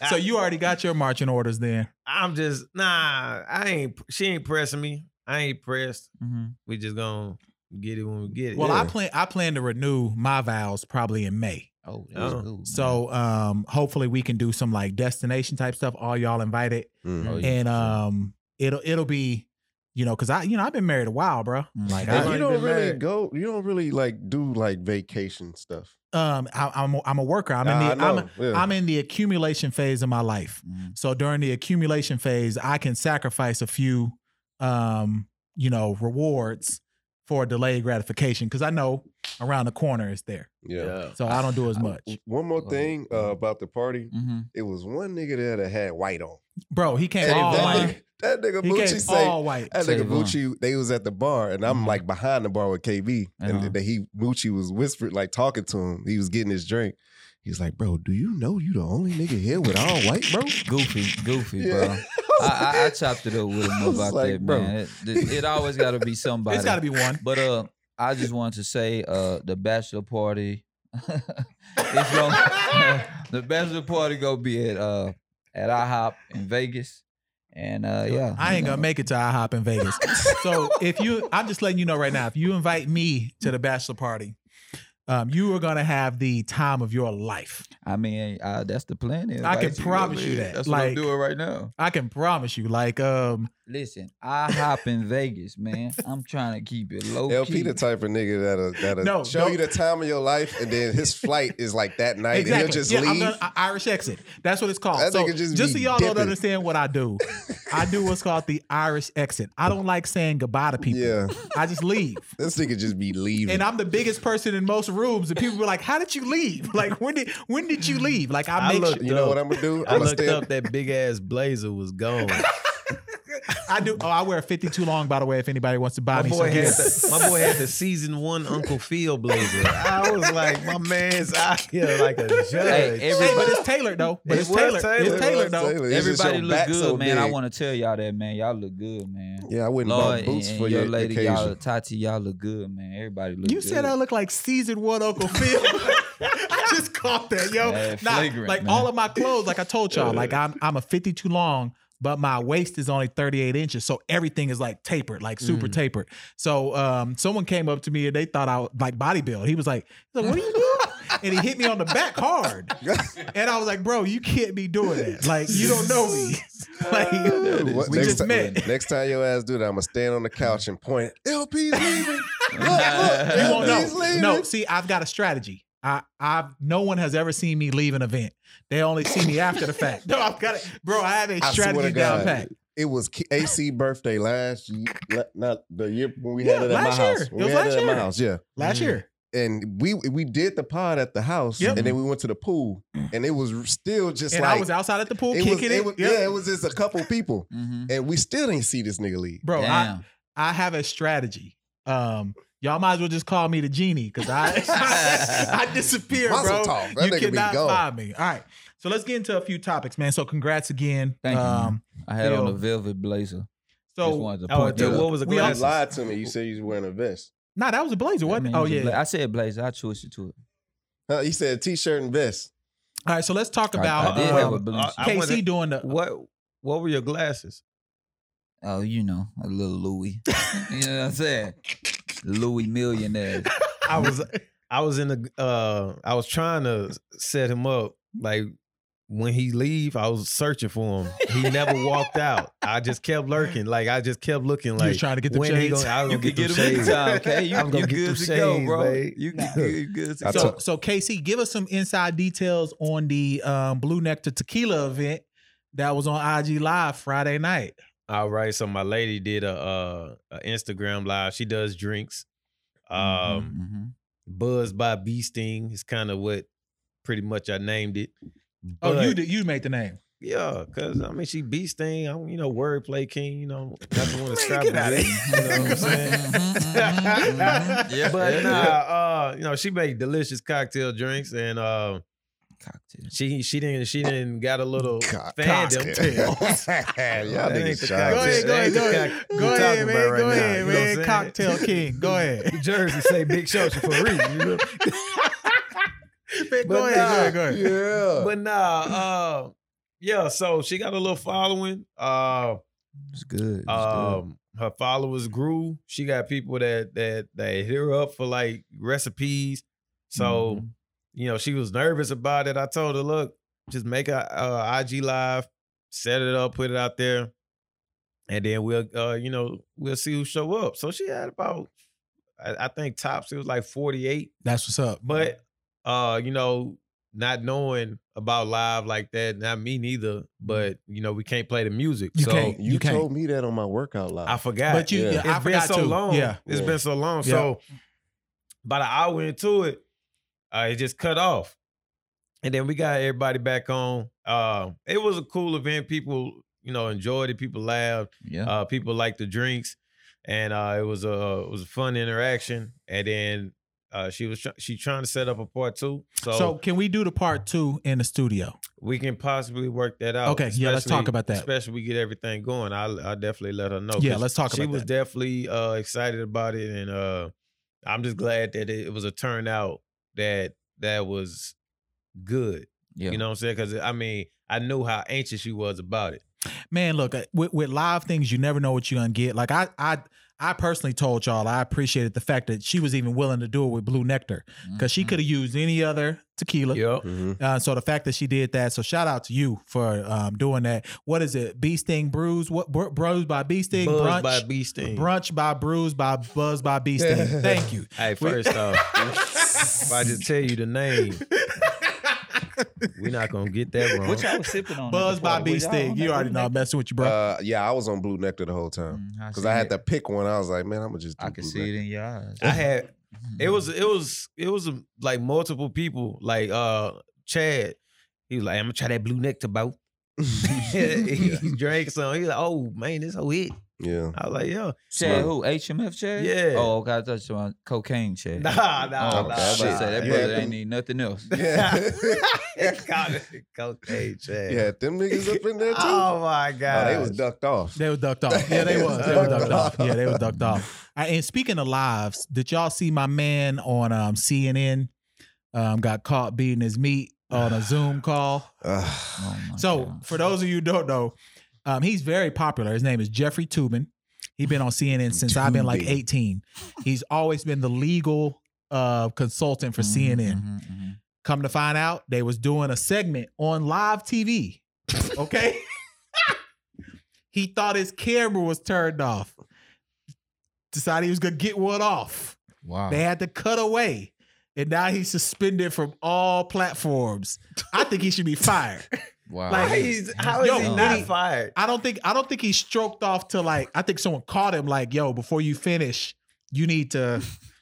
[SPEAKER 5] so you already got your marching orders then.
[SPEAKER 2] I'm just nah, I ain't she ain't pressing me. I ain't pressed.
[SPEAKER 1] Mm-hmm.
[SPEAKER 2] We just gonna get it when we get it.
[SPEAKER 5] Well, I
[SPEAKER 3] Yeah.
[SPEAKER 5] plan I plan to renew my vows probably in May.
[SPEAKER 1] Oh,
[SPEAKER 2] that's Oh.
[SPEAKER 1] good.
[SPEAKER 5] So um hopefully we can do some like destination type stuff. All y'all invited.
[SPEAKER 3] Mm.
[SPEAKER 1] Oh, yeah,
[SPEAKER 5] And
[SPEAKER 1] for sure.
[SPEAKER 5] um it'll it'll be, you know, cause I you know, I've been married a while, bro.
[SPEAKER 1] Mm.
[SPEAKER 5] Like
[SPEAKER 3] And
[SPEAKER 5] I,
[SPEAKER 3] you
[SPEAKER 2] ain't
[SPEAKER 3] don't
[SPEAKER 2] been
[SPEAKER 3] really
[SPEAKER 2] married.
[SPEAKER 3] go. You don't really like do like vacation stuff.
[SPEAKER 5] um I, I'm a, I'm a worker. I'm in
[SPEAKER 3] Nah,
[SPEAKER 5] the I'm,
[SPEAKER 3] know, yeah.
[SPEAKER 5] I'm in the accumulation phase of my life.
[SPEAKER 1] Mm.
[SPEAKER 5] So during the accumulation phase, I can sacrifice a few um, you know, rewards for delayed gratification because I know around the corner is there.
[SPEAKER 3] yeah.
[SPEAKER 5] So I don't do as much.
[SPEAKER 3] One more thing uh, about the party.
[SPEAKER 1] Mhm.
[SPEAKER 3] It was one nigga there that had white on.
[SPEAKER 5] Bro, he came
[SPEAKER 3] And
[SPEAKER 5] all
[SPEAKER 3] that,
[SPEAKER 5] white.
[SPEAKER 3] nigga, that nigga
[SPEAKER 5] He came
[SPEAKER 3] Bucci say.
[SPEAKER 5] all white.
[SPEAKER 3] That nigga
[SPEAKER 1] Tell you
[SPEAKER 3] Bucci, they was at the bar, and I'm
[SPEAKER 1] Mhm.
[SPEAKER 3] like behind the bar with KB,
[SPEAKER 1] Uh-huh.
[SPEAKER 3] and that he Bucci was whispered, like talking to him. He was getting his drink. He's like, "Bro, do you know you the only nigga here with all white, bro?"
[SPEAKER 1] Goofy, goofy,
[SPEAKER 3] Yeah.
[SPEAKER 1] bro. I, I, I chopped it up with him
[SPEAKER 3] I was
[SPEAKER 1] about
[SPEAKER 3] like,
[SPEAKER 1] that,
[SPEAKER 3] bro.
[SPEAKER 1] man. It, it- it always got to be somebody.
[SPEAKER 5] It's got to be one.
[SPEAKER 1] But uh, I just wanted to say, uh, the bachelor party, it's gonna, the bachelor party gonna be at uh at IHOP in Vegas, and uh yeah,
[SPEAKER 5] I ain't gonna make it to IHOP in Vegas. so if you, I'm just letting you know right now, if you invite me to the bachelor party, um, you are gonna have the time of your life.
[SPEAKER 1] I mean, uh, that's the plan.
[SPEAKER 5] I can
[SPEAKER 1] Invite you,
[SPEAKER 5] promise you
[SPEAKER 1] mean,
[SPEAKER 5] that.
[SPEAKER 1] That's what
[SPEAKER 5] Like-
[SPEAKER 1] I'm doing right now.
[SPEAKER 5] I can promise you. Like, um,
[SPEAKER 1] Listen, I hop in Vegas, man. I'm trying to keep it low.
[SPEAKER 3] LP
[SPEAKER 1] key.
[SPEAKER 3] the type of nigga that'll, that'll
[SPEAKER 5] No,
[SPEAKER 3] show
[SPEAKER 5] no.
[SPEAKER 3] you the time of your life, and then his flight is like that night, and
[SPEAKER 5] exactly.
[SPEAKER 3] he'll just
[SPEAKER 5] yeah, I'm
[SPEAKER 3] leave.
[SPEAKER 5] gonna I- Irish exit. That's what it's called.
[SPEAKER 3] That
[SPEAKER 5] so
[SPEAKER 3] nigga just
[SPEAKER 5] just, so
[SPEAKER 3] be
[SPEAKER 5] y'all
[SPEAKER 3] dipping.
[SPEAKER 5] don't understand what I do, I do what's called the Irish exit. I don't like saying goodbye to people.
[SPEAKER 3] Yeah,
[SPEAKER 5] I just leave.
[SPEAKER 3] this nigga just be leaving.
[SPEAKER 5] And I'm the biggest person in most rooms, and people be like, "How did you leave? Like, when did when did you leave? Like, I
[SPEAKER 2] I
[SPEAKER 5] make
[SPEAKER 2] look-
[SPEAKER 5] sure,
[SPEAKER 3] you know what I'm gonna do?
[SPEAKER 2] I
[SPEAKER 3] I'm gonna
[SPEAKER 2] looked
[SPEAKER 3] stay
[SPEAKER 2] up that big ass blazer was gone.
[SPEAKER 5] I do. Oh, I wear a 52 long, by the way, if anybody wants to buy
[SPEAKER 2] My
[SPEAKER 5] me
[SPEAKER 2] boy,
[SPEAKER 5] some.
[SPEAKER 2] had
[SPEAKER 5] gear.
[SPEAKER 2] the, my boy had the season one Uncle Phil blazer. I was like, my man's out here like a judge.
[SPEAKER 1] Hey, every-
[SPEAKER 5] Hey, but it's tailored, though. But
[SPEAKER 2] It
[SPEAKER 5] it's
[SPEAKER 2] was
[SPEAKER 5] tailored.
[SPEAKER 2] tailored.
[SPEAKER 5] It's
[SPEAKER 2] It
[SPEAKER 5] tailored, though.
[SPEAKER 3] It's just
[SPEAKER 1] Everybody
[SPEAKER 3] your
[SPEAKER 1] look
[SPEAKER 3] back
[SPEAKER 1] good,
[SPEAKER 3] so
[SPEAKER 1] man. I
[SPEAKER 3] big.
[SPEAKER 1] want to tell y'all that, man. Y'all look good, man.
[SPEAKER 3] Yeah, I wouldn't
[SPEAKER 1] Lord
[SPEAKER 3] buy boots
[SPEAKER 1] and,
[SPEAKER 3] for
[SPEAKER 1] and
[SPEAKER 3] your
[SPEAKER 1] your lady,
[SPEAKER 3] occasion.
[SPEAKER 1] y'all, Tati, y'all look good, man. Everybody look
[SPEAKER 5] You
[SPEAKER 1] good.
[SPEAKER 5] said I look like season one Uncle Phil. I just caught that, yo.
[SPEAKER 1] Man,
[SPEAKER 5] Nah,
[SPEAKER 1] flagrant,
[SPEAKER 5] like
[SPEAKER 1] man.
[SPEAKER 5] all of my clothes, like I told y'all, like I'm I'm a 52 long, but my waist is only 38 inches, so everything is like tapered, like super
[SPEAKER 1] Mm.
[SPEAKER 5] tapered. So um, someone came up to me and they thought I was like bodybuild. He was like, he's like, "What are you and he hit me on the back hard. And I was like, bro, you can't be doing that. Like, you don't know me. Like,
[SPEAKER 3] What-
[SPEAKER 5] we
[SPEAKER 3] next
[SPEAKER 5] just
[SPEAKER 3] time,
[SPEAKER 5] met.
[SPEAKER 3] Next time your ass do that, I'm gonna stand on the couch and point. LP's leaving. Look, look,
[SPEAKER 5] You won't
[SPEAKER 3] LP's
[SPEAKER 5] know.
[SPEAKER 3] leaving.
[SPEAKER 5] No, see, I've got a strategy. I, I've no one has ever seen me leave an event. They only see me after the fact. No, I've got it, bro. I have a
[SPEAKER 3] I swear
[SPEAKER 5] strategy
[SPEAKER 3] to
[SPEAKER 5] down
[SPEAKER 3] God.
[SPEAKER 5] pat.
[SPEAKER 3] It was K- AC birthday last year, la- not the year when we
[SPEAKER 5] Yeah,
[SPEAKER 3] had it at my
[SPEAKER 5] last year.
[SPEAKER 3] house.
[SPEAKER 5] It
[SPEAKER 3] When
[SPEAKER 5] was
[SPEAKER 3] we had
[SPEAKER 5] last
[SPEAKER 3] it at my
[SPEAKER 5] year.
[SPEAKER 3] house, yeah.
[SPEAKER 5] Last
[SPEAKER 2] Mhm.
[SPEAKER 5] year,
[SPEAKER 3] And we we did the pod at the house,
[SPEAKER 5] Yep.
[SPEAKER 3] and then we went to the pool, and it was still just
[SPEAKER 5] and
[SPEAKER 3] like
[SPEAKER 5] I was outside at the pool
[SPEAKER 3] it
[SPEAKER 5] kicking
[SPEAKER 3] was,
[SPEAKER 5] it.
[SPEAKER 3] it was-
[SPEAKER 5] Yep.
[SPEAKER 3] yeah, it was just a couple people,
[SPEAKER 1] Mm-hmm.
[SPEAKER 3] and we still didn't see this nigga leave.
[SPEAKER 5] bro. I,
[SPEAKER 1] Damn.
[SPEAKER 5] I have a strategy. Um, y'all might as well just call me the genie because I I disappear,
[SPEAKER 3] Muscle
[SPEAKER 5] bro.
[SPEAKER 3] talk. That
[SPEAKER 5] you
[SPEAKER 3] nigga be
[SPEAKER 5] cannot
[SPEAKER 3] gone.
[SPEAKER 5] find me. All right, so let's get into a few topics, man. So congrats again.
[SPEAKER 1] Thank you, man. I had on
[SPEAKER 5] Yo.
[SPEAKER 1] a velvet blazer.
[SPEAKER 5] So
[SPEAKER 1] Just wanted to
[SPEAKER 2] Oh,
[SPEAKER 1] point
[SPEAKER 2] dude,
[SPEAKER 1] that
[SPEAKER 2] what
[SPEAKER 1] out.
[SPEAKER 2] was the
[SPEAKER 5] We all-
[SPEAKER 3] You
[SPEAKER 2] glasses?
[SPEAKER 3] lied to me. You said you was wearing a vest.
[SPEAKER 5] nah, that was a blazer,
[SPEAKER 1] I
[SPEAKER 5] wasn't
[SPEAKER 1] mean,
[SPEAKER 5] it?
[SPEAKER 1] it
[SPEAKER 5] Oh
[SPEAKER 1] was a
[SPEAKER 5] yeah.
[SPEAKER 1] bla- I said blazer. I chose it to it.
[SPEAKER 3] Huh, He said t-shirt and vest.
[SPEAKER 5] All right, so let's talk
[SPEAKER 1] I-
[SPEAKER 5] about
[SPEAKER 1] I did have
[SPEAKER 5] um,
[SPEAKER 1] a blue.
[SPEAKER 2] Uh-uh. Uh, I-
[SPEAKER 5] KC
[SPEAKER 2] wanna-
[SPEAKER 5] doing the.
[SPEAKER 2] What what were your glasses?
[SPEAKER 1] Oh, you know, a little Louis. you know what I'm saying? Louis millionaire.
[SPEAKER 2] I was I was in the uh I was trying to set him up like when he leave I was searching for him. He never walked out. I just kept lurking like I just kept looking
[SPEAKER 5] you
[SPEAKER 2] like
[SPEAKER 5] was trying to get the
[SPEAKER 2] when he
[SPEAKER 5] shades.
[SPEAKER 2] gonna- I was
[SPEAKER 1] You
[SPEAKER 2] gonna
[SPEAKER 1] can get
[SPEAKER 2] them
[SPEAKER 1] him
[SPEAKER 2] shades.
[SPEAKER 1] anytime, okay? You,
[SPEAKER 2] I'm
[SPEAKER 1] you
[SPEAKER 2] gonna get
[SPEAKER 1] good
[SPEAKER 2] them
[SPEAKER 1] to go,
[SPEAKER 2] shades,
[SPEAKER 1] bro.
[SPEAKER 2] babe.
[SPEAKER 1] You
[SPEAKER 5] Nah.
[SPEAKER 1] good, you good to
[SPEAKER 3] I
[SPEAKER 1] go.
[SPEAKER 5] so, so KC, give us some inside details on the um, Blue Nectar Tequila event that was on IG Live Friday night.
[SPEAKER 2] All right, so my lady did a, uh a Instagram live. She does drinks. Um
[SPEAKER 1] Mhm,
[SPEAKER 2] Buzz by Bee Sting is kind of what pretty much I named it.
[SPEAKER 5] Oh,
[SPEAKER 2] But-
[SPEAKER 5] you did, you made the name.
[SPEAKER 2] Yeah, cause I mean she beast thing. I'm you know wordplay king. You know not the one to strap
[SPEAKER 5] get outta
[SPEAKER 2] with, You know what I'm saying?
[SPEAKER 1] mhm, mhm, mhm. Yeah, yeah,
[SPEAKER 2] But nah,
[SPEAKER 1] yeah.
[SPEAKER 2] uh, you know she made delicious cocktail drinks, and uh,
[SPEAKER 1] Cocktail.
[SPEAKER 2] she she didn't she didn't got a little
[SPEAKER 3] Cock-
[SPEAKER 2] fandom.
[SPEAKER 3] Y'all niggas shy.
[SPEAKER 5] Go ahead, go ahead, go ahead.
[SPEAKER 2] We
[SPEAKER 5] Go
[SPEAKER 2] talking
[SPEAKER 5] ahead,
[SPEAKER 2] about
[SPEAKER 5] man.
[SPEAKER 2] right
[SPEAKER 5] Go
[SPEAKER 2] now,
[SPEAKER 5] ahead,
[SPEAKER 2] you know
[SPEAKER 5] man.
[SPEAKER 2] what I'm
[SPEAKER 5] Cocktail King. Go ahead.
[SPEAKER 2] New Jersey say big show for a reason. You know?
[SPEAKER 5] Man, go
[SPEAKER 2] But
[SPEAKER 5] ahead, go
[SPEAKER 2] nah,
[SPEAKER 5] ahead, go ahead.
[SPEAKER 3] Yeah.
[SPEAKER 2] But nah, uh, yeah. So she got a little following. Uh,
[SPEAKER 1] Mm-hmm. It's good. It's good.
[SPEAKER 2] um her followers grew she got people that that that hit her up for like recipes so
[SPEAKER 5] Mm-hmm.
[SPEAKER 1] Mhm.
[SPEAKER 2] you know she was nervous about it i told her look just make a uh, ig live set it up put it out there and then we'll uh you know we'll see who show up so she had about i, I think tops it was like 48
[SPEAKER 5] That's what's up.
[SPEAKER 2] but uh you know not knowing about live like that not me neither but you know we can't play the music
[SPEAKER 5] Mm-hmm. You
[SPEAKER 2] so
[SPEAKER 5] can't.
[SPEAKER 3] you
[SPEAKER 5] You can't.
[SPEAKER 3] told me that on my workout live.
[SPEAKER 2] i forgot
[SPEAKER 5] but you,
[SPEAKER 3] Yeah.
[SPEAKER 5] yeah,
[SPEAKER 2] it's
[SPEAKER 5] I
[SPEAKER 2] been
[SPEAKER 5] forgot
[SPEAKER 2] so
[SPEAKER 5] too.
[SPEAKER 2] long.
[SPEAKER 5] Yeah,
[SPEAKER 2] it's
[SPEAKER 3] Yeah.
[SPEAKER 2] been so long. So about an hour into it, uh, it just cut off, and then we got everybody back on. Uh, it was a cool event. People, you know, enjoyed it. People laughed.
[SPEAKER 1] yeah.
[SPEAKER 2] Uh, people liked the drinks, and uh, it was a it was a fun interaction. And then uh, she was tr- she trying to set up a part two, so,
[SPEAKER 5] So can we do the part two in the studio?
[SPEAKER 2] we can possibly work that out.
[SPEAKER 5] Okay, yeah, let's talk
[SPEAKER 2] especially-
[SPEAKER 5] about that.
[SPEAKER 2] Especially we get everything going. I I definitely let her know.
[SPEAKER 5] Yeah,
[SPEAKER 2] 'cause
[SPEAKER 5] let's talk
[SPEAKER 2] she
[SPEAKER 5] about
[SPEAKER 2] was
[SPEAKER 5] that.
[SPEAKER 2] definitely uh excited about it and uh i'm just glad that it, it was a turnout that that was good
[SPEAKER 1] yeah.
[SPEAKER 2] you know what i'm saying because i mean i knew how anxious she was about it
[SPEAKER 5] Man, look, uh, with, with live things, you never know what you're gonna get. Like I, I, I personally told y'all I appreciated the fact that she was even willing to do it with Blue Nectar because she
[SPEAKER 1] Mhm.
[SPEAKER 5] could have used any other tequila.
[SPEAKER 2] Mm-hmm. yep
[SPEAKER 3] Mhm.
[SPEAKER 5] Uh, so the fact that she did that, so shout out to you for um, doing that. What is it? Bee Sting Brews? What br- Brews by Bee Sting?
[SPEAKER 2] Buzzed
[SPEAKER 5] Brunch
[SPEAKER 2] by bee sting
[SPEAKER 5] Brunch by Brews by Buzz by Bee Sting. Thank you.
[SPEAKER 2] hey
[SPEAKER 5] We-
[SPEAKER 2] first off if i just tell you the name we're not gonna get that wrong
[SPEAKER 1] What y'all was sipping on? at the
[SPEAKER 5] Buzz by
[SPEAKER 1] party?
[SPEAKER 5] Bee
[SPEAKER 1] Was y'all
[SPEAKER 5] Sting.
[SPEAKER 1] on
[SPEAKER 5] You
[SPEAKER 1] that
[SPEAKER 5] already
[SPEAKER 1] Blue
[SPEAKER 5] know I'm
[SPEAKER 1] Nectar?
[SPEAKER 5] messing with you, bro.
[SPEAKER 3] Uh, yeah, I was on Blue Nectar the whole
[SPEAKER 5] Mm-hmm.
[SPEAKER 3] time
[SPEAKER 1] Mm,
[SPEAKER 3] because
[SPEAKER 1] seen
[SPEAKER 3] I had
[SPEAKER 1] it.
[SPEAKER 3] to pick one. I was like, man, I'm gonna just. Do
[SPEAKER 1] I can
[SPEAKER 3] Blue
[SPEAKER 1] see it in your eyes.
[SPEAKER 2] i had it was it was it was um, like multiple people like uh chad he was like i'm gonna try that blue neck to bow he
[SPEAKER 3] Nectar.
[SPEAKER 2] drank some. He like, oh man, this whole hit.
[SPEAKER 3] yeah.
[SPEAKER 2] I was like, yo,
[SPEAKER 1] Mm-hmm. Chad who? HMF Chad?
[SPEAKER 2] Yeah.
[SPEAKER 1] Oh, okay. I thought you were on cocaine Chad.
[SPEAKER 2] nah,
[SPEAKER 1] Oh,
[SPEAKER 2] nah,
[SPEAKER 1] okay.
[SPEAKER 2] nah.
[SPEAKER 1] I was about to
[SPEAKER 3] shit.
[SPEAKER 1] say that
[SPEAKER 3] You
[SPEAKER 1] brother
[SPEAKER 3] had
[SPEAKER 1] ain't
[SPEAKER 3] them-
[SPEAKER 1] need nothing else.
[SPEAKER 3] Yeah.
[SPEAKER 2] God, cocaine, Chad.
[SPEAKER 3] yeah, them niggas up in there too.
[SPEAKER 2] Oh my
[SPEAKER 3] Oh,
[SPEAKER 2] god,
[SPEAKER 3] they was ducked off.
[SPEAKER 5] They were ducked off. Yeah, they was. They were ducked
[SPEAKER 3] Ducked
[SPEAKER 5] off.
[SPEAKER 3] off.
[SPEAKER 5] Yeah, they were ducked off. I, and speaking of lives, did y'all see my man on um, CNN um, got caught beating his meat on a Zoom call?
[SPEAKER 3] Ugh.
[SPEAKER 1] Oh my
[SPEAKER 5] So
[SPEAKER 1] God.
[SPEAKER 5] for those of you who don't know, um, he's very popular. His name is Jeffrey Tubin. He's been on CNN since I've been like
[SPEAKER 3] Toobin.
[SPEAKER 5] 18. He's always been the legal uh, consultant for
[SPEAKER 1] Mhm,
[SPEAKER 5] CNN.
[SPEAKER 1] mhm, mhm.
[SPEAKER 5] Come to find out, they was doing a segment on live TV. Okay. he thought his camera was turned off. Decided he was gonna get one off.
[SPEAKER 3] Uh-huh.
[SPEAKER 6] Wow.
[SPEAKER 5] They had to cut away. And now he's suspended from all platforms. I think he should be fired.
[SPEAKER 3] Oh,
[SPEAKER 6] Wow.
[SPEAKER 5] Like,
[SPEAKER 2] How is, how is
[SPEAKER 5] Yo,
[SPEAKER 2] he
[SPEAKER 5] when
[SPEAKER 2] not
[SPEAKER 5] he-
[SPEAKER 2] fired?
[SPEAKER 5] I don't think I don't think he stroked off to like I think someone caught him like, yo, before you finish, you need to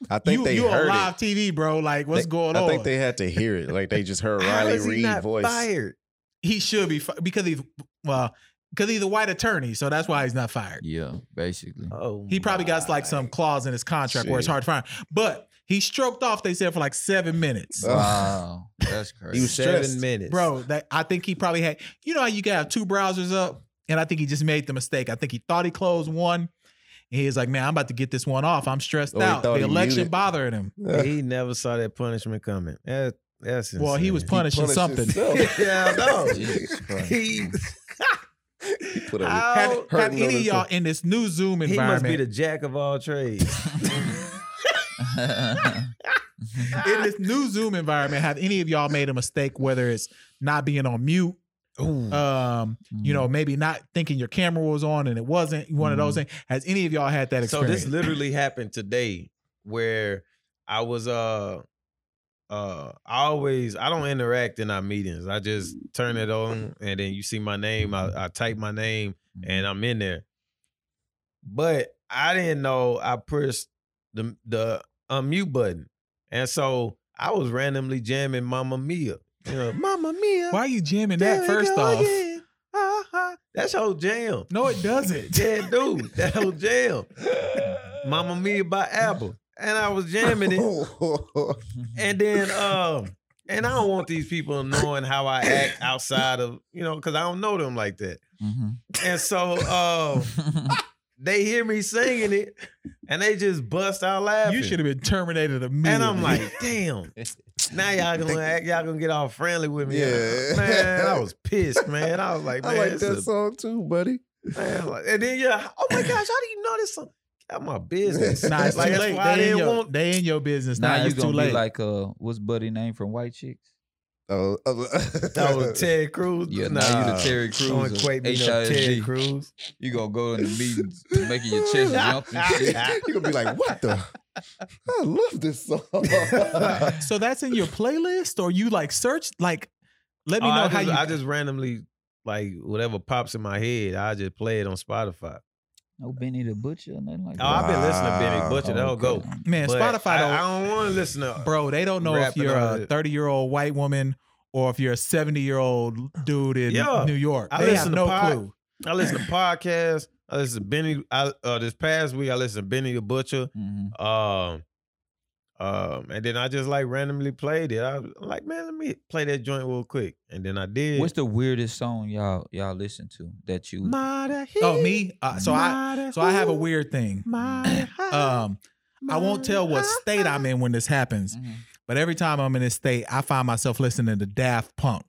[SPEAKER 3] I think
[SPEAKER 5] you,
[SPEAKER 3] they
[SPEAKER 5] you on
[SPEAKER 3] heard
[SPEAKER 5] live
[SPEAKER 3] it.
[SPEAKER 5] TV, bro. Like what's
[SPEAKER 3] They-
[SPEAKER 5] going
[SPEAKER 3] I
[SPEAKER 5] on?
[SPEAKER 3] think they had to hear it. Like they just heard
[SPEAKER 2] How
[SPEAKER 3] Riley
[SPEAKER 2] is he
[SPEAKER 3] Reed
[SPEAKER 2] not
[SPEAKER 3] voice.
[SPEAKER 2] fired?
[SPEAKER 5] he should be fi- because he's well because he's a white attorney, so that's why he's not fired.
[SPEAKER 6] yeah, basically.
[SPEAKER 2] Oh,
[SPEAKER 5] He probably got like some
[SPEAKER 2] my.
[SPEAKER 5] clause in his contract where it's
[SPEAKER 3] Shit.
[SPEAKER 5] hard to find. But he stroked off. They said for like seven minutes,
[SPEAKER 3] Ugh.
[SPEAKER 6] Wow. That's crazy.
[SPEAKER 3] He was
[SPEAKER 2] seven
[SPEAKER 3] stressed.
[SPEAKER 2] minutes,
[SPEAKER 5] bro. That I think he probably had. You know how you can have two browsers up, and I think he just made the mistake. I think he thought he closed one. and He was like, man, I'm about to get this one off. I'm stressed
[SPEAKER 3] Oh, he
[SPEAKER 5] out.
[SPEAKER 3] thought
[SPEAKER 5] The
[SPEAKER 3] he
[SPEAKER 5] election
[SPEAKER 3] muted.
[SPEAKER 5] bothering him.
[SPEAKER 2] He never saw that punishment coming. That, that's
[SPEAKER 5] Well, he was
[SPEAKER 2] insane.
[SPEAKER 5] punishing
[SPEAKER 3] punished
[SPEAKER 5] something.
[SPEAKER 3] himself.
[SPEAKER 2] yeah, I know.
[SPEAKER 6] Jesus Christ.
[SPEAKER 2] he
[SPEAKER 3] Put a-
[SPEAKER 5] Have,
[SPEAKER 2] How-
[SPEAKER 5] have
[SPEAKER 3] hurting
[SPEAKER 5] any of
[SPEAKER 3] others.
[SPEAKER 5] y'all in this new Zoom
[SPEAKER 2] he must be
[SPEAKER 5] environment?
[SPEAKER 2] the jack of all trades.
[SPEAKER 5] in this new Zoom environment, have any of y'all made a mistake, whether it's not being on mute,
[SPEAKER 3] Mm.
[SPEAKER 2] Uh,
[SPEAKER 5] um, you
[SPEAKER 2] Mm.
[SPEAKER 5] know, maybe not thinking your camera was on and it wasn't, one of those things. Has any of y'all had that
[SPEAKER 2] so
[SPEAKER 5] experience?
[SPEAKER 2] this literally happened today, where I was uh uh I always I don't interact in our meetings. I just turn it on and then you see my name. I, I type my name and I'm in there. But I didn't know I pushed the the unmute button, and so I was randomly jamming "Mamma Mia." You know, Mamma Mia.
[SPEAKER 5] Why are you jamming
[SPEAKER 2] there
[SPEAKER 5] that
[SPEAKER 2] we
[SPEAKER 5] first
[SPEAKER 2] go
[SPEAKER 5] off?
[SPEAKER 2] again. Ah-ha. That's your jam.
[SPEAKER 5] No, it doesn't.
[SPEAKER 2] Yeah, dude, that whole jam. Mama Mia by Apple. And I was jamming it.
[SPEAKER 1] Mm-hmm.
[SPEAKER 2] And then um and I don't want these people knowing how I act outside of, you know, because I don't know them like that.
[SPEAKER 1] Mm-hmm.
[SPEAKER 2] And so um they hear me singing it and they just bust out laughing.
[SPEAKER 5] You should have been terminated immediately.
[SPEAKER 2] and I'm like, damn. Now y'all gonna act, y'all gonna get all friendly with me.
[SPEAKER 3] Yeah.
[SPEAKER 2] Man, I was pissed, man. I was like, man,
[SPEAKER 3] I like
[SPEAKER 2] this
[SPEAKER 3] that
[SPEAKER 2] a-
[SPEAKER 3] song too, buddy.
[SPEAKER 2] Man, like- and then yeah, oh my gosh, how do you know this song? Got my business.
[SPEAKER 5] nah, it's
[SPEAKER 2] Like,
[SPEAKER 5] too
[SPEAKER 2] that's
[SPEAKER 5] late.
[SPEAKER 2] why I
[SPEAKER 5] They
[SPEAKER 2] didn't
[SPEAKER 5] in, your,
[SPEAKER 2] want-
[SPEAKER 5] they in your business. Now
[SPEAKER 1] Nah,
[SPEAKER 5] it's
[SPEAKER 1] it's
[SPEAKER 5] too
[SPEAKER 1] gonna be
[SPEAKER 5] late.
[SPEAKER 1] like uh, what's buddy name from White Chicks?
[SPEAKER 3] Oh, oh,
[SPEAKER 2] That was Ted Cruz.
[SPEAKER 1] Yeah, now you
[SPEAKER 2] Nah.
[SPEAKER 1] the Terry Crews.
[SPEAKER 2] Don't
[SPEAKER 1] of
[SPEAKER 2] equate me no Ted
[SPEAKER 1] HISD.
[SPEAKER 2] Cruz.
[SPEAKER 1] You gonna go in the meetings making your chest jump and shit.
[SPEAKER 3] You're gonna be like, what the? I love this song. I
[SPEAKER 5] so that's in your playlist, or you like search? Like, let me
[SPEAKER 2] Oh,
[SPEAKER 5] know
[SPEAKER 2] I
[SPEAKER 5] how
[SPEAKER 2] just,
[SPEAKER 5] you.
[SPEAKER 2] I just randomly like whatever pops in my head, I just play it on Spotify.
[SPEAKER 1] No Benny the Butcher or nothing like Mm-hmm.
[SPEAKER 2] Oh, I've been listening to Benny
[SPEAKER 3] Wow.
[SPEAKER 2] Butcher. That'll go.
[SPEAKER 1] Ah, Okay.
[SPEAKER 5] man,
[SPEAKER 2] But
[SPEAKER 5] Spotify.
[SPEAKER 2] I,
[SPEAKER 5] don't,
[SPEAKER 2] I don't want to listen to.
[SPEAKER 5] bro, they don't know if
[SPEAKER 2] Rapping
[SPEAKER 5] you're
[SPEAKER 2] on
[SPEAKER 5] a
[SPEAKER 2] it.
[SPEAKER 5] 30 year old white woman or if you're a 70 year old dude in
[SPEAKER 2] Yeah.
[SPEAKER 5] New York.
[SPEAKER 2] I
[SPEAKER 5] they
[SPEAKER 2] listen
[SPEAKER 5] have
[SPEAKER 2] to
[SPEAKER 5] no
[SPEAKER 2] pod-
[SPEAKER 5] clue.
[SPEAKER 2] I listen to podcasts. I listen to Benny. I, uh, this past week, I listened to Benny the Butcher.
[SPEAKER 1] Mhm.
[SPEAKER 2] Um, um, and then I just like randomly played it. I was like, man, let me play that joint real quick. And then I did.
[SPEAKER 1] What's the weirdest song y'all y'all listen to that you?
[SPEAKER 2] Mata
[SPEAKER 5] Oh,
[SPEAKER 2] hee,
[SPEAKER 5] me? Uh, so I
[SPEAKER 2] mata
[SPEAKER 5] so I have a
[SPEAKER 2] hoo,
[SPEAKER 5] weird thing.
[SPEAKER 2] mata ha,
[SPEAKER 5] Um, I won't tell what
[SPEAKER 2] mata
[SPEAKER 5] state
[SPEAKER 2] ha.
[SPEAKER 5] I'm in when this happens,
[SPEAKER 1] Mhm.
[SPEAKER 5] but every time I'm in this state, I find myself listening to Daft Punk.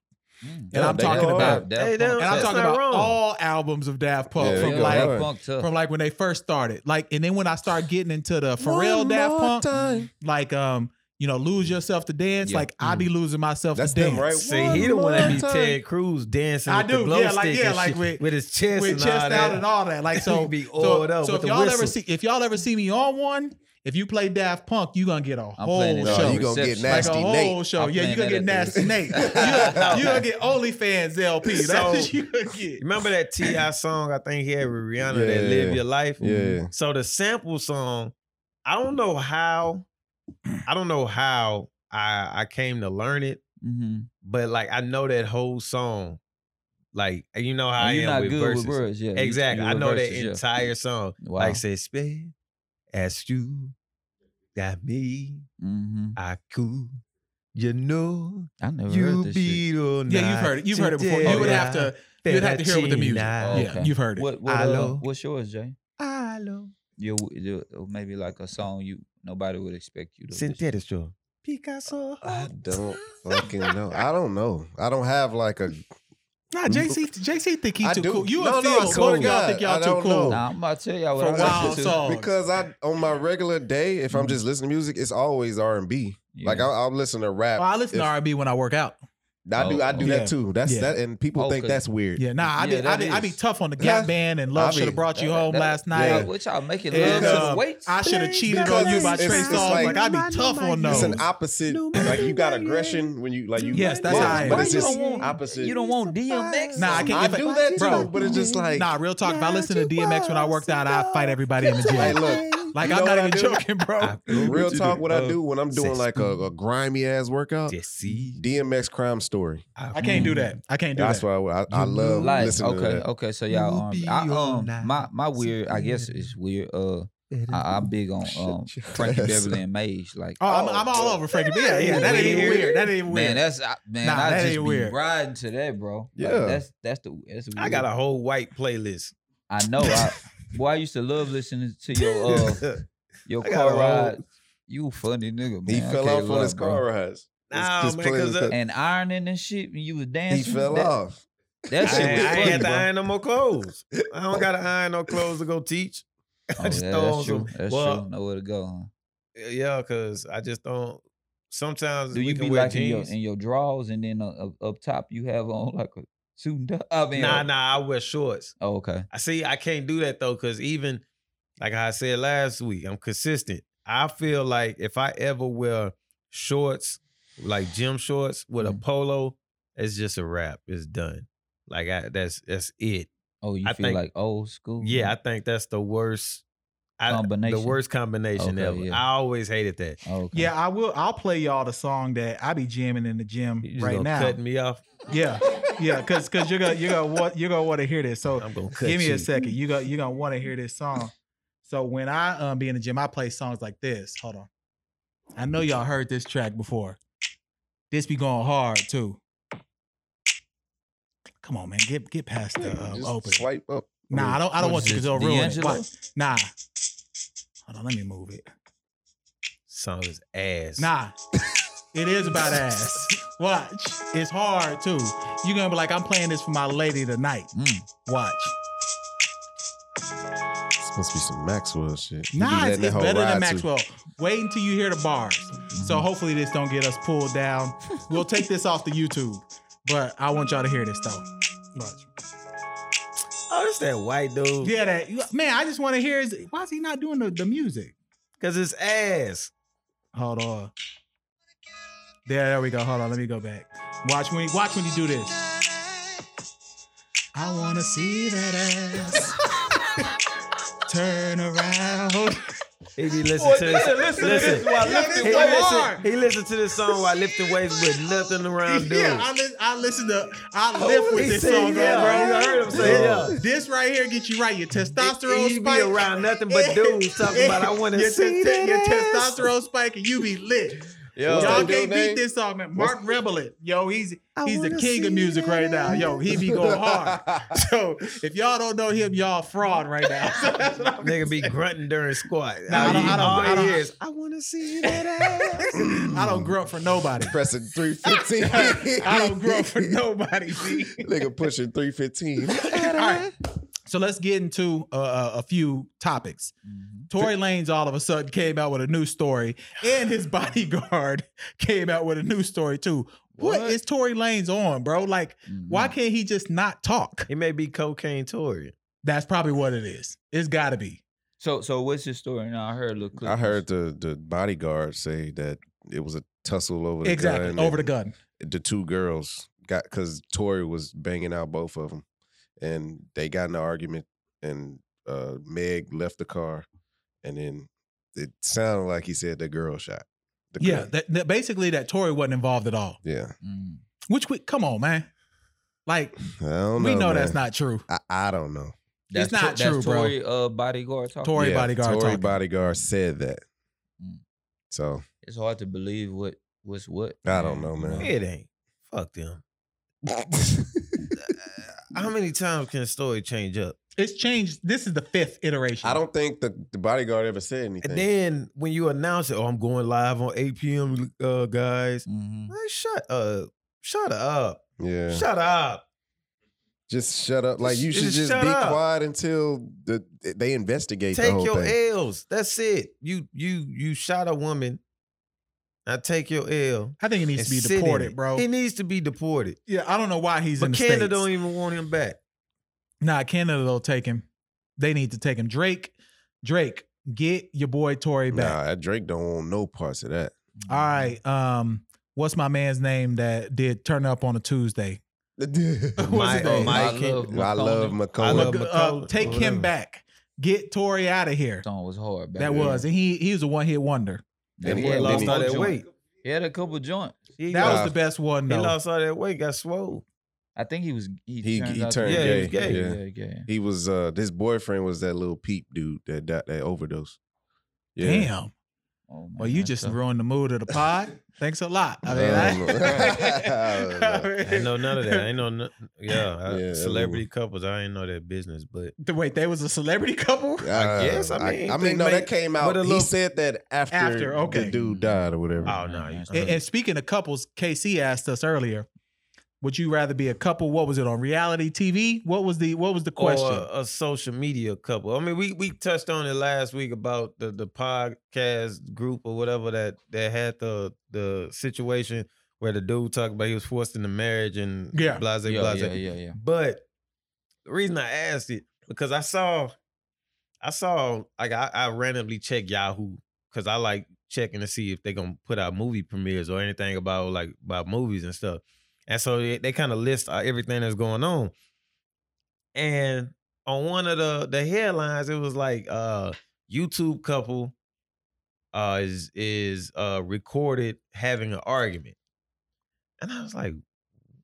[SPEAKER 1] Mm.
[SPEAKER 5] And I'm
[SPEAKER 3] they
[SPEAKER 5] talking
[SPEAKER 3] go
[SPEAKER 5] about
[SPEAKER 3] hard.
[SPEAKER 1] Daft Punk.
[SPEAKER 2] Hey, they
[SPEAKER 5] and I'm
[SPEAKER 2] That's
[SPEAKER 5] talking
[SPEAKER 2] not
[SPEAKER 5] about
[SPEAKER 2] wrong.
[SPEAKER 5] all albums of Daft Punk
[SPEAKER 3] Yeah,
[SPEAKER 1] They
[SPEAKER 3] they
[SPEAKER 5] from
[SPEAKER 1] go
[SPEAKER 5] like
[SPEAKER 1] hard. Punk tough.
[SPEAKER 5] from like when they first started. Like and then when I start getting into the Pharrell Daft Punk, like um, you know, lose yourself to dance,
[SPEAKER 1] Yeah.
[SPEAKER 5] like I be losing myself
[SPEAKER 3] mm. That's
[SPEAKER 5] to dance.
[SPEAKER 3] them, right?
[SPEAKER 2] See,
[SPEAKER 3] One
[SPEAKER 2] he the one that
[SPEAKER 3] more
[SPEAKER 2] be
[SPEAKER 3] time.
[SPEAKER 2] Ted Cruz dancing.
[SPEAKER 5] I
[SPEAKER 2] with the
[SPEAKER 5] do.
[SPEAKER 2] glow
[SPEAKER 5] Yeah, like-
[SPEAKER 2] stick
[SPEAKER 5] yeah,
[SPEAKER 2] and
[SPEAKER 5] like
[SPEAKER 2] shit,
[SPEAKER 5] with-
[SPEAKER 2] his chest,
[SPEAKER 5] with
[SPEAKER 2] and
[SPEAKER 5] chest
[SPEAKER 2] all
[SPEAKER 5] out
[SPEAKER 2] that.
[SPEAKER 5] and all that. Like so,
[SPEAKER 2] He be
[SPEAKER 5] so,
[SPEAKER 2] oiled up
[SPEAKER 5] so
[SPEAKER 2] with
[SPEAKER 5] if
[SPEAKER 2] the
[SPEAKER 5] y'all ever
[SPEAKER 2] whistle.
[SPEAKER 5] see if y'all ever see me on one, if you play Daft Punk, you gonna get a
[SPEAKER 1] I'm
[SPEAKER 5] whole
[SPEAKER 1] playing
[SPEAKER 2] Oh,
[SPEAKER 1] it
[SPEAKER 5] show.
[SPEAKER 1] at
[SPEAKER 3] you
[SPEAKER 1] the
[SPEAKER 3] gonna get
[SPEAKER 1] reception.
[SPEAKER 5] like
[SPEAKER 3] nasty.
[SPEAKER 5] a whole
[SPEAKER 3] Nate.
[SPEAKER 5] show.
[SPEAKER 1] I'm
[SPEAKER 5] yeah, you
[SPEAKER 1] playing
[SPEAKER 5] gonna get
[SPEAKER 1] that at
[SPEAKER 5] nasty
[SPEAKER 1] the-
[SPEAKER 5] Nate. You gonna, you gonna get OnlyFans LP. That's
[SPEAKER 2] So-
[SPEAKER 5] what you gonna get.
[SPEAKER 2] Remember that Ti song? I think he had with Rihanna that
[SPEAKER 3] Yeah.
[SPEAKER 2] "Live Your Life."
[SPEAKER 3] Yeah.
[SPEAKER 2] So the sample song, I don't know how, I don't know how I I came to learn it,
[SPEAKER 1] Mhm.
[SPEAKER 2] but like I know that whole song. Like you know how I
[SPEAKER 1] And You're
[SPEAKER 2] am
[SPEAKER 1] not
[SPEAKER 2] with
[SPEAKER 1] good
[SPEAKER 2] verses.
[SPEAKER 1] with words, yeah. You-
[SPEAKER 2] Exactly,
[SPEAKER 1] you
[SPEAKER 2] I
[SPEAKER 1] with
[SPEAKER 2] know
[SPEAKER 1] verses,
[SPEAKER 2] that
[SPEAKER 1] yeah.
[SPEAKER 2] entire song.
[SPEAKER 1] Wow.
[SPEAKER 2] Like say, "Spare, ask you, got me,
[SPEAKER 1] Mhm.
[SPEAKER 2] I could, you know,
[SPEAKER 1] I never
[SPEAKER 2] you
[SPEAKER 1] heard this shit.
[SPEAKER 2] beat all night."
[SPEAKER 5] Yeah, you've heard it. You've heard it before. You would have to. You'd have to hear it with the music.
[SPEAKER 2] Fettuccine.
[SPEAKER 1] Oh,
[SPEAKER 5] Yeah,
[SPEAKER 1] okay.
[SPEAKER 5] you've heard it.
[SPEAKER 1] What what
[SPEAKER 2] Hello.
[SPEAKER 1] uh, what's yours, Jay?
[SPEAKER 2] Hello,
[SPEAKER 1] You, you maybe like a song you nobody would expect you to.
[SPEAKER 2] synthetic show. Picasso.
[SPEAKER 1] Uh,
[SPEAKER 3] I don't fucking know. I don't know. I don't have like a
[SPEAKER 5] Nah, JC, JC think he
[SPEAKER 3] I
[SPEAKER 5] too
[SPEAKER 3] do.
[SPEAKER 5] cool. You
[SPEAKER 3] No,
[SPEAKER 5] and
[SPEAKER 3] no,
[SPEAKER 5] Phil,
[SPEAKER 3] it's
[SPEAKER 5] both
[SPEAKER 3] cool.
[SPEAKER 5] y'all think
[SPEAKER 3] I
[SPEAKER 5] y'all too
[SPEAKER 3] don't
[SPEAKER 5] cool.
[SPEAKER 3] know.
[SPEAKER 1] Nah, I'm about to tell y'all what
[SPEAKER 5] For
[SPEAKER 1] I
[SPEAKER 5] wild
[SPEAKER 1] listen to.
[SPEAKER 5] songs.
[SPEAKER 3] Because I on my regular day, if I'm just listening to music, it's always R and B.
[SPEAKER 1] Yeah.
[SPEAKER 3] Like I'll, I'll listen to rap.
[SPEAKER 5] Well, Oh, I listen to
[SPEAKER 3] If-
[SPEAKER 5] R and B when I work out.
[SPEAKER 3] I do. I do
[SPEAKER 5] Oh, yeah.
[SPEAKER 3] that too. That's
[SPEAKER 5] Yeah.
[SPEAKER 3] that, and people
[SPEAKER 1] Oh,
[SPEAKER 3] think
[SPEAKER 1] 'cause-
[SPEAKER 3] that's weird.
[SPEAKER 5] Yeah, nah, I
[SPEAKER 1] Yeah,
[SPEAKER 5] be, I
[SPEAKER 1] that
[SPEAKER 5] be, I be
[SPEAKER 1] is.
[SPEAKER 5] tough on the
[SPEAKER 3] Yeah.
[SPEAKER 5] Gap Band and Love
[SPEAKER 3] I
[SPEAKER 5] should have
[SPEAKER 3] be-
[SPEAKER 5] brought you
[SPEAKER 1] That-
[SPEAKER 5] home
[SPEAKER 1] that-
[SPEAKER 5] last
[SPEAKER 1] that-
[SPEAKER 5] night.
[SPEAKER 3] Yeah.
[SPEAKER 1] Which y'all making
[SPEAKER 5] And,
[SPEAKER 1] love to
[SPEAKER 5] uh,
[SPEAKER 1] the weights.
[SPEAKER 5] I should have cheated
[SPEAKER 3] Because
[SPEAKER 5] on you by
[SPEAKER 3] it's-
[SPEAKER 5] Trey
[SPEAKER 3] it's
[SPEAKER 5] Songz. Like,
[SPEAKER 3] like-
[SPEAKER 5] I be tough on
[SPEAKER 3] It's
[SPEAKER 5] those.
[SPEAKER 3] an opposite. Like you got aggression when you like you.
[SPEAKER 5] Yes, that's
[SPEAKER 3] yeah,
[SPEAKER 5] how I
[SPEAKER 3] But
[SPEAKER 5] am.
[SPEAKER 3] it's
[SPEAKER 1] Why you
[SPEAKER 3] just
[SPEAKER 1] don't want-
[SPEAKER 3] opposite.
[SPEAKER 1] You don't want DMX.
[SPEAKER 5] Nah, I can't-
[SPEAKER 3] I
[SPEAKER 5] if I-
[SPEAKER 3] do that
[SPEAKER 5] bro.
[SPEAKER 3] too, but it's just like
[SPEAKER 5] Nah, real talk. If I listen to DMX when I worked out, I fight everybody in the
[SPEAKER 3] Hey,
[SPEAKER 5] gym.
[SPEAKER 3] look.
[SPEAKER 5] Like
[SPEAKER 3] you
[SPEAKER 5] I'm
[SPEAKER 3] know
[SPEAKER 5] not
[SPEAKER 3] what I
[SPEAKER 5] even
[SPEAKER 3] do?
[SPEAKER 5] joking, bro.
[SPEAKER 3] Real talk. What I
[SPEAKER 1] Uh,
[SPEAKER 3] do Uh, when I'm doing
[SPEAKER 2] Six
[SPEAKER 3] like a, a grimy ass workout,
[SPEAKER 2] Jesse.
[SPEAKER 3] DMX crime story.
[SPEAKER 5] I can't do that. I can't do
[SPEAKER 3] That's
[SPEAKER 5] that.
[SPEAKER 3] why I, I, I love
[SPEAKER 1] like
[SPEAKER 3] listening
[SPEAKER 1] okay,
[SPEAKER 3] to that.
[SPEAKER 1] okay. So y'all, um,
[SPEAKER 2] be
[SPEAKER 1] I,
[SPEAKER 2] all
[SPEAKER 1] um,
[SPEAKER 2] night
[SPEAKER 1] my my weird, I guess it's weird. Uh, I, I'm big on um
[SPEAKER 3] Shut your
[SPEAKER 1] Frankie
[SPEAKER 3] ass
[SPEAKER 1] Beverly and Mage. Like,
[SPEAKER 5] Oh, I'm, I'm all over Frankie. B. Yeah, yeah, that ain't even
[SPEAKER 1] Weird.
[SPEAKER 5] weird. That ain't even
[SPEAKER 1] man,
[SPEAKER 5] weird.
[SPEAKER 1] that's I, man,
[SPEAKER 5] Nah,
[SPEAKER 1] I
[SPEAKER 5] that
[SPEAKER 1] just
[SPEAKER 5] ain't
[SPEAKER 1] be
[SPEAKER 5] weird.
[SPEAKER 1] riding to that, bro. Like,
[SPEAKER 3] Yeah.
[SPEAKER 1] that's that's the that's.
[SPEAKER 2] I
[SPEAKER 1] weird.
[SPEAKER 2] got a whole white playlist.
[SPEAKER 1] I know. I, boy, I used to love listening to your uh your
[SPEAKER 2] I got
[SPEAKER 1] car
[SPEAKER 2] a
[SPEAKER 1] ride. You funny nigga, man.
[SPEAKER 3] He
[SPEAKER 1] I
[SPEAKER 3] fell
[SPEAKER 1] can't
[SPEAKER 3] off on
[SPEAKER 1] lie,
[SPEAKER 3] his
[SPEAKER 1] bro.
[SPEAKER 3] car rides.
[SPEAKER 2] Nah,
[SPEAKER 3] His- his
[SPEAKER 2] man, 'cause,
[SPEAKER 3] playlist-
[SPEAKER 2] uh,
[SPEAKER 1] And ironing and shit, and you was
[SPEAKER 3] He
[SPEAKER 1] dancing.
[SPEAKER 3] fell
[SPEAKER 1] that,
[SPEAKER 3] off.
[SPEAKER 1] That
[SPEAKER 2] I,
[SPEAKER 1] shit was
[SPEAKER 2] ain't- I
[SPEAKER 1] funny,
[SPEAKER 2] ain't had to
[SPEAKER 1] bro.
[SPEAKER 2] iron no more clothes. I don't got to iron no clothes to go teach. I
[SPEAKER 1] Oh,
[SPEAKER 2] just
[SPEAKER 1] yeah,
[SPEAKER 2] throw on
[SPEAKER 1] that's
[SPEAKER 2] some.
[SPEAKER 1] true. That's
[SPEAKER 2] well,
[SPEAKER 1] true. Nowhere to go. huh?
[SPEAKER 2] yeah, because I just don't. Sometimes
[SPEAKER 1] Do
[SPEAKER 2] we
[SPEAKER 1] you
[SPEAKER 2] can
[SPEAKER 1] be
[SPEAKER 2] wear
[SPEAKER 1] like in your,
[SPEAKER 2] jeans.
[SPEAKER 1] in your drawers and then uh, up, up top you have on like a suit and tie? I mean,
[SPEAKER 2] Nah,
[SPEAKER 1] uh,
[SPEAKER 2] nah, I wear shorts.
[SPEAKER 1] Oh, okay.
[SPEAKER 2] I see. I can't do that though, because even like I said last week, I'm consistent. I feel like if I ever wear shorts, like gym shorts with a
[SPEAKER 1] Mhm.
[SPEAKER 2] polo, it's just a wrap. It's done. Like I, that's that's it.
[SPEAKER 1] Oh, you
[SPEAKER 2] I
[SPEAKER 1] feel
[SPEAKER 2] think-
[SPEAKER 1] like old school?
[SPEAKER 2] Yeah, I think that's the worst I-
[SPEAKER 1] Mm-hmm. Combination.
[SPEAKER 2] The worst combination
[SPEAKER 1] Okay,
[SPEAKER 2] ever.
[SPEAKER 1] yeah.
[SPEAKER 2] I always hated that.
[SPEAKER 1] Oh, okay.
[SPEAKER 5] Yeah, I will. I'll play y'all the song that I be jamming in the gym
[SPEAKER 2] You just
[SPEAKER 5] right
[SPEAKER 2] gonna
[SPEAKER 5] now.
[SPEAKER 2] cut me off.
[SPEAKER 5] Yeah, yeah, because because you're gonna you're gonna want you're gonna want to hear this. So
[SPEAKER 2] I'm gonna cut
[SPEAKER 5] give me
[SPEAKER 2] you.
[SPEAKER 5] a second. You go you're gonna want to hear this song. So when I um be in the gym, I play songs like this. Hold on. I know y'all heard this track before. This be going hard too. Come on, man, get get past the
[SPEAKER 3] Yeah,
[SPEAKER 5] um,
[SPEAKER 3] just
[SPEAKER 5] open.
[SPEAKER 3] swipe up.
[SPEAKER 5] Nah, I don't I don't
[SPEAKER 1] What
[SPEAKER 5] want
[SPEAKER 1] is
[SPEAKER 5] you
[SPEAKER 1] this,
[SPEAKER 5] because it'll ruin it.
[SPEAKER 1] D'Angelo?
[SPEAKER 5] What? Nah. Hold on, let me move it.
[SPEAKER 2] Song is ass.
[SPEAKER 5] Nah. It is about ass. Watch. It's hard too. You're gonna be like, I'm playing this for my lady tonight.
[SPEAKER 1] Mm.
[SPEAKER 5] Watch.
[SPEAKER 3] It's supposed to be some Maxwell shit. You be
[SPEAKER 5] Nah, it's,
[SPEAKER 3] letting that
[SPEAKER 5] it's
[SPEAKER 3] hoe
[SPEAKER 5] better
[SPEAKER 3] ride
[SPEAKER 5] than
[SPEAKER 3] too.
[SPEAKER 5] Maxwell. Wait until you hear the bars. So hopefully this don't get us pulled down. we'll take this off the YouTube. But I want y'all to hear this though. Watch.
[SPEAKER 2] Oh, it's that white dude.
[SPEAKER 5] Yeah, that man, I just want to hear his why is he not doing the, the music?
[SPEAKER 2] Cause it's ass.
[SPEAKER 5] Hold on. There, there we go. Hold on, let me go back. Watch when watch when you do this. I wanna see that ass. Turn around.
[SPEAKER 2] He be listening to this.
[SPEAKER 5] listen to this
[SPEAKER 2] listen.
[SPEAKER 5] while
[SPEAKER 2] He
[SPEAKER 5] lifting so hard.
[SPEAKER 2] listened he listen to this song while lifting weights with nothing around doing.
[SPEAKER 5] Yeah, I, li- I listen to I live with
[SPEAKER 2] He
[SPEAKER 5] this
[SPEAKER 2] said,
[SPEAKER 5] song,
[SPEAKER 2] yeah,
[SPEAKER 5] bro.
[SPEAKER 2] I heard him say, yeah.
[SPEAKER 5] This right here get you right. Your testosterone
[SPEAKER 2] You
[SPEAKER 5] spike.
[SPEAKER 2] be around nothing but dudes talking about I want
[SPEAKER 5] your
[SPEAKER 2] to see
[SPEAKER 5] te-
[SPEAKER 2] that
[SPEAKER 5] your
[SPEAKER 2] ass."
[SPEAKER 5] testosterone spike and you be lit.
[SPEAKER 3] Yo,
[SPEAKER 5] Y'all
[SPEAKER 3] dude
[SPEAKER 5] can't beat
[SPEAKER 3] name?
[SPEAKER 5] this song, man. Mark Rebelit. Yo, he's
[SPEAKER 2] I
[SPEAKER 5] he's the
[SPEAKER 2] wanna
[SPEAKER 5] king of
[SPEAKER 2] see
[SPEAKER 5] music right now. Yo, he be going hard. So if y'all don't know him, y'all fraud right now. So that's what I'm
[SPEAKER 2] Nigga be grunting during squat.
[SPEAKER 5] Nah, I don't- I don't-
[SPEAKER 2] All
[SPEAKER 5] I
[SPEAKER 2] he
[SPEAKER 5] don't-
[SPEAKER 2] hears, I want to see that ass.
[SPEAKER 5] I don't grunt for nobody.
[SPEAKER 3] Pressing 315.
[SPEAKER 5] I don't grunt for nobody. G.
[SPEAKER 3] Nigga pushing 315.
[SPEAKER 5] All right. So let's get into uh, a few topics.
[SPEAKER 3] Mm-hmm.
[SPEAKER 5] Tory Lanez all of a sudden came out with a new story, and his bodyguard came out with a new story too. what
[SPEAKER 2] What?
[SPEAKER 5] is Tory Lanez on, bro? Like,
[SPEAKER 1] Mhm.
[SPEAKER 3] Mm.
[SPEAKER 5] why can't he just not talk?
[SPEAKER 2] He may be cocaine Tory.
[SPEAKER 5] That's probably what it is. It's got to be.
[SPEAKER 1] So so what's his story now? I heard a little clip.
[SPEAKER 3] I heard the, the bodyguard say that it was a tussle over the
[SPEAKER 5] exactly.
[SPEAKER 3] gun
[SPEAKER 5] Over the
[SPEAKER 3] and
[SPEAKER 5] gun.
[SPEAKER 3] The two girls got because Tori was banging out both of them, and they got in an argument, and uh, Meg left the car, and then it sounded like he said the girl shot. The
[SPEAKER 5] Yeah.
[SPEAKER 3] girl.
[SPEAKER 5] That, that basically that Tory wasn't involved at all.
[SPEAKER 3] yeah.
[SPEAKER 1] Mm.
[SPEAKER 5] Which we come on, man. Like
[SPEAKER 3] I don't know.
[SPEAKER 5] we know
[SPEAKER 3] man.
[SPEAKER 5] that's not true.
[SPEAKER 3] I, I don't know.
[SPEAKER 1] That's
[SPEAKER 5] not
[SPEAKER 1] To-
[SPEAKER 5] true,
[SPEAKER 1] that's
[SPEAKER 5] bro.
[SPEAKER 1] Tory, uh, bodyguard talking.
[SPEAKER 5] Tory bodyguard
[SPEAKER 3] Tory
[SPEAKER 5] talking.
[SPEAKER 3] bodyguard said that.
[SPEAKER 1] Mm.
[SPEAKER 3] So
[SPEAKER 1] It's hard to believe what what's what.
[SPEAKER 3] I don't know, man.
[SPEAKER 1] You
[SPEAKER 2] It ain't. Fuck them. How many times can a story change up?
[SPEAKER 5] It's changed. This is the fifth iteration.
[SPEAKER 3] I don't think the, the bodyguard ever said anything.
[SPEAKER 2] And then when you announce it, oh, I'm going live on 8 p.m., uh, guys.
[SPEAKER 1] Mhm.
[SPEAKER 2] Man, shut up. Shut up.
[SPEAKER 3] yeah.
[SPEAKER 2] Shut up.
[SPEAKER 3] Just shut up. Like you
[SPEAKER 2] Just-
[SPEAKER 3] should
[SPEAKER 2] just
[SPEAKER 3] just,
[SPEAKER 2] shut
[SPEAKER 3] be
[SPEAKER 2] up.
[SPEAKER 3] quiet until the, they investigate the
[SPEAKER 2] Take
[SPEAKER 3] whole
[SPEAKER 2] your
[SPEAKER 3] thing.
[SPEAKER 2] L's. That's it. You you you shot a woman. Now take your L.
[SPEAKER 5] I think he needs
[SPEAKER 2] and
[SPEAKER 5] to be
[SPEAKER 2] sit in
[SPEAKER 5] deported,
[SPEAKER 2] it.
[SPEAKER 5] bro.
[SPEAKER 2] He needs to be deported.
[SPEAKER 5] yeah, I don't know why he's in
[SPEAKER 2] but
[SPEAKER 5] the
[SPEAKER 2] Canada
[SPEAKER 5] States.
[SPEAKER 2] don't even want him back.
[SPEAKER 5] Nah, Canada will take him. They need to take him. Drake, Drake, get your boy Tory back.
[SPEAKER 3] Nah, that Drake don't want no parts of that.
[SPEAKER 1] mm-hmm.
[SPEAKER 5] All right. Um, what's my man's name that did turn up on a Tuesday? What's
[SPEAKER 2] My-
[SPEAKER 5] his
[SPEAKER 2] oh,
[SPEAKER 5] name?
[SPEAKER 2] my-
[SPEAKER 1] I
[SPEAKER 2] Mike-
[SPEAKER 1] love
[SPEAKER 3] I love
[SPEAKER 1] McConaughey.
[SPEAKER 2] I
[SPEAKER 3] McCona.
[SPEAKER 2] love
[SPEAKER 5] Look, uh,
[SPEAKER 2] McCullough,
[SPEAKER 5] take
[SPEAKER 2] whatever.
[SPEAKER 5] him back. Get Tory out of here.
[SPEAKER 1] Song was hard. back
[SPEAKER 5] That
[SPEAKER 1] then.
[SPEAKER 5] was, and he he was a one hit wonder.
[SPEAKER 1] That
[SPEAKER 2] he
[SPEAKER 1] boy
[SPEAKER 3] had
[SPEAKER 1] lost
[SPEAKER 3] Lenny.
[SPEAKER 1] all that
[SPEAKER 2] Joint.
[SPEAKER 1] weight. He had a couple joints.
[SPEAKER 2] He,
[SPEAKER 5] That
[SPEAKER 2] lost,
[SPEAKER 5] was the best one
[SPEAKER 2] he
[SPEAKER 5] though.
[SPEAKER 2] lost all that weight, got swole.
[SPEAKER 1] I think he was. He,
[SPEAKER 3] He- he
[SPEAKER 1] out to
[SPEAKER 3] turned
[SPEAKER 1] be-
[SPEAKER 2] Yeah, he was gay.
[SPEAKER 1] Yeah,
[SPEAKER 3] gay.
[SPEAKER 1] yeah, gay.
[SPEAKER 3] He was uh his boyfriend was that little peep dude that that, that overdose.
[SPEAKER 5] Damn.
[SPEAKER 1] Oh, man,
[SPEAKER 5] Well, you
[SPEAKER 1] that's
[SPEAKER 5] just
[SPEAKER 1] tough.
[SPEAKER 5] ruined the mood of the pod. Thanks a lot. I mean,
[SPEAKER 3] I
[SPEAKER 5] I-
[SPEAKER 3] don't know. I don't know.
[SPEAKER 5] I mean-
[SPEAKER 2] Oh, I ain't know none of that. I ain't know, no, yeah, I-
[SPEAKER 3] Yeah, that Mm.
[SPEAKER 2] celebrity couples. I ain't know that business, but
[SPEAKER 5] Wait, they was a celebrity couple.
[SPEAKER 3] Uh,
[SPEAKER 2] guess, I mean,
[SPEAKER 3] I,
[SPEAKER 2] they
[SPEAKER 3] mean, no,
[SPEAKER 2] make-
[SPEAKER 3] that came
[SPEAKER 2] but
[SPEAKER 3] out.
[SPEAKER 2] a
[SPEAKER 3] he
[SPEAKER 2] little-
[SPEAKER 3] said that after,
[SPEAKER 5] After, okay.
[SPEAKER 3] the dude died or whatever.
[SPEAKER 2] oh no, you-
[SPEAKER 5] And, and speaking of couples, KC asked us earlier, would you rather be a couple? What was it on reality TV? What was the what was the question?
[SPEAKER 2] Or uh, a, a social media couple. I mean, we we touched on it last week about the the podcast group or whatever that that had the the situation where the dude talked about he was forced into marriage and
[SPEAKER 5] Yeah.
[SPEAKER 2] blase
[SPEAKER 1] yeah,
[SPEAKER 2] blase.
[SPEAKER 1] yeah, yeah, yeah.
[SPEAKER 2] But the reason I asked it because I saw, I saw like I, I randomly check Yahoo because I like checking to see if they're gonna put out movie premieres or anything about like about movies and stuff. And so they, they kind of list uh, everything that's going on. And on one of the the headlines, it was like uh YouTube couple uh is is uh recorded having an argument. And I was like,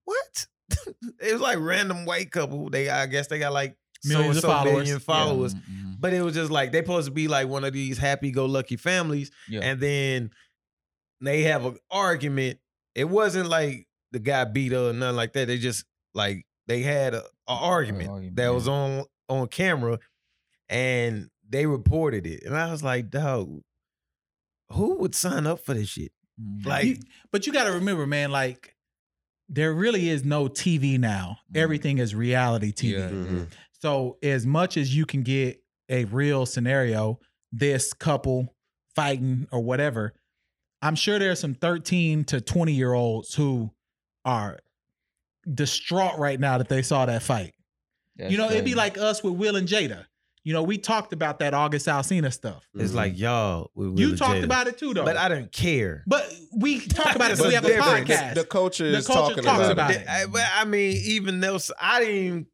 [SPEAKER 2] what? it was like random white couple. They I guess they got like
[SPEAKER 5] Millions of
[SPEAKER 2] so and so
[SPEAKER 5] followers.
[SPEAKER 2] million
[SPEAKER 5] Yeah.
[SPEAKER 2] followers.
[SPEAKER 1] Mhm, mhm.
[SPEAKER 2] But it was just like they supposed to be like one of these happy go lucky families,
[SPEAKER 1] mm-hmm. Yeah.
[SPEAKER 2] and then they have an argument. It wasn't like the guy beat her or nothing like that. They just like they had a, a argument,
[SPEAKER 1] argument,
[SPEAKER 2] that
[SPEAKER 1] yeah.
[SPEAKER 2] was on on camera, and they reported it. And I was like, dog, who would sign up for this shit?
[SPEAKER 1] Mhm.
[SPEAKER 2] Like,
[SPEAKER 5] You- but you got to remember, man, like there really is no TV now.
[SPEAKER 1] Mm.
[SPEAKER 5] Everything is reality TV.
[SPEAKER 1] Yeah.
[SPEAKER 3] Mhm.
[SPEAKER 5] So as much as you can get a real scenario, this couple fighting or whatever, I'm sure there's some 13 to 20 year olds who are distraught right now that they saw that fight.
[SPEAKER 1] That's
[SPEAKER 5] you know, it'd be
[SPEAKER 1] crazy.
[SPEAKER 5] like us with Will and Jada. You know, we talked about that August Alcina stuff.
[SPEAKER 2] It's like y'all. we
[SPEAKER 5] you
[SPEAKER 2] really
[SPEAKER 5] talked
[SPEAKER 2] jaded.
[SPEAKER 5] about it too, though.
[SPEAKER 2] but I don't care.
[SPEAKER 5] But we talked about it, so
[SPEAKER 2] But
[SPEAKER 5] we have a
[SPEAKER 2] different.
[SPEAKER 3] The,
[SPEAKER 5] podcast.
[SPEAKER 3] the culture
[SPEAKER 5] The
[SPEAKER 3] is
[SPEAKER 5] culture
[SPEAKER 3] talking
[SPEAKER 5] talks
[SPEAKER 3] about,
[SPEAKER 5] about
[SPEAKER 3] it.
[SPEAKER 5] it.
[SPEAKER 2] Th- I, but I mean, even though s- I didn't even-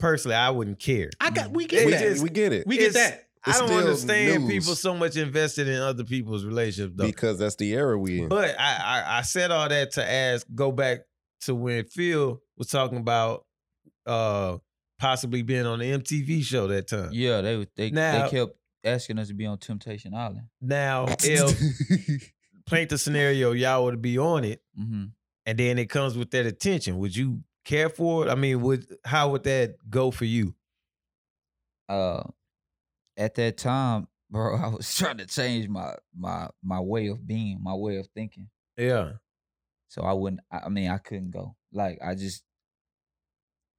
[SPEAKER 2] personally, I wouldn't care.
[SPEAKER 5] I got we
[SPEAKER 2] It
[SPEAKER 5] get
[SPEAKER 3] We,
[SPEAKER 5] that.
[SPEAKER 2] just-
[SPEAKER 3] we get it
[SPEAKER 5] we get
[SPEAKER 2] it's-
[SPEAKER 5] that.
[SPEAKER 2] I
[SPEAKER 3] It's
[SPEAKER 2] don't
[SPEAKER 3] still
[SPEAKER 2] understand
[SPEAKER 3] news.
[SPEAKER 2] people so much invested in other people's relationships, though.
[SPEAKER 3] because that's the era we in.
[SPEAKER 2] But I, I, I said all that to ask, go back to when Phil was talking about uh possibly being on the MTV show that time.
[SPEAKER 1] yeah, they was- they
[SPEAKER 2] Now-
[SPEAKER 1] they kept asking us to be on Temptation Island.
[SPEAKER 2] Now, if paint the scenario, y'all would be on it,
[SPEAKER 1] Mm-hmm.
[SPEAKER 2] and then it comes with that attention. Would you care for it? I mean, would how would that go for you?
[SPEAKER 1] uh at that time, bro, I was trying to change my my my way of being, my way of thinking.
[SPEAKER 2] Yeah.
[SPEAKER 1] So I wouldn't I I mean I couldn't go. Like I just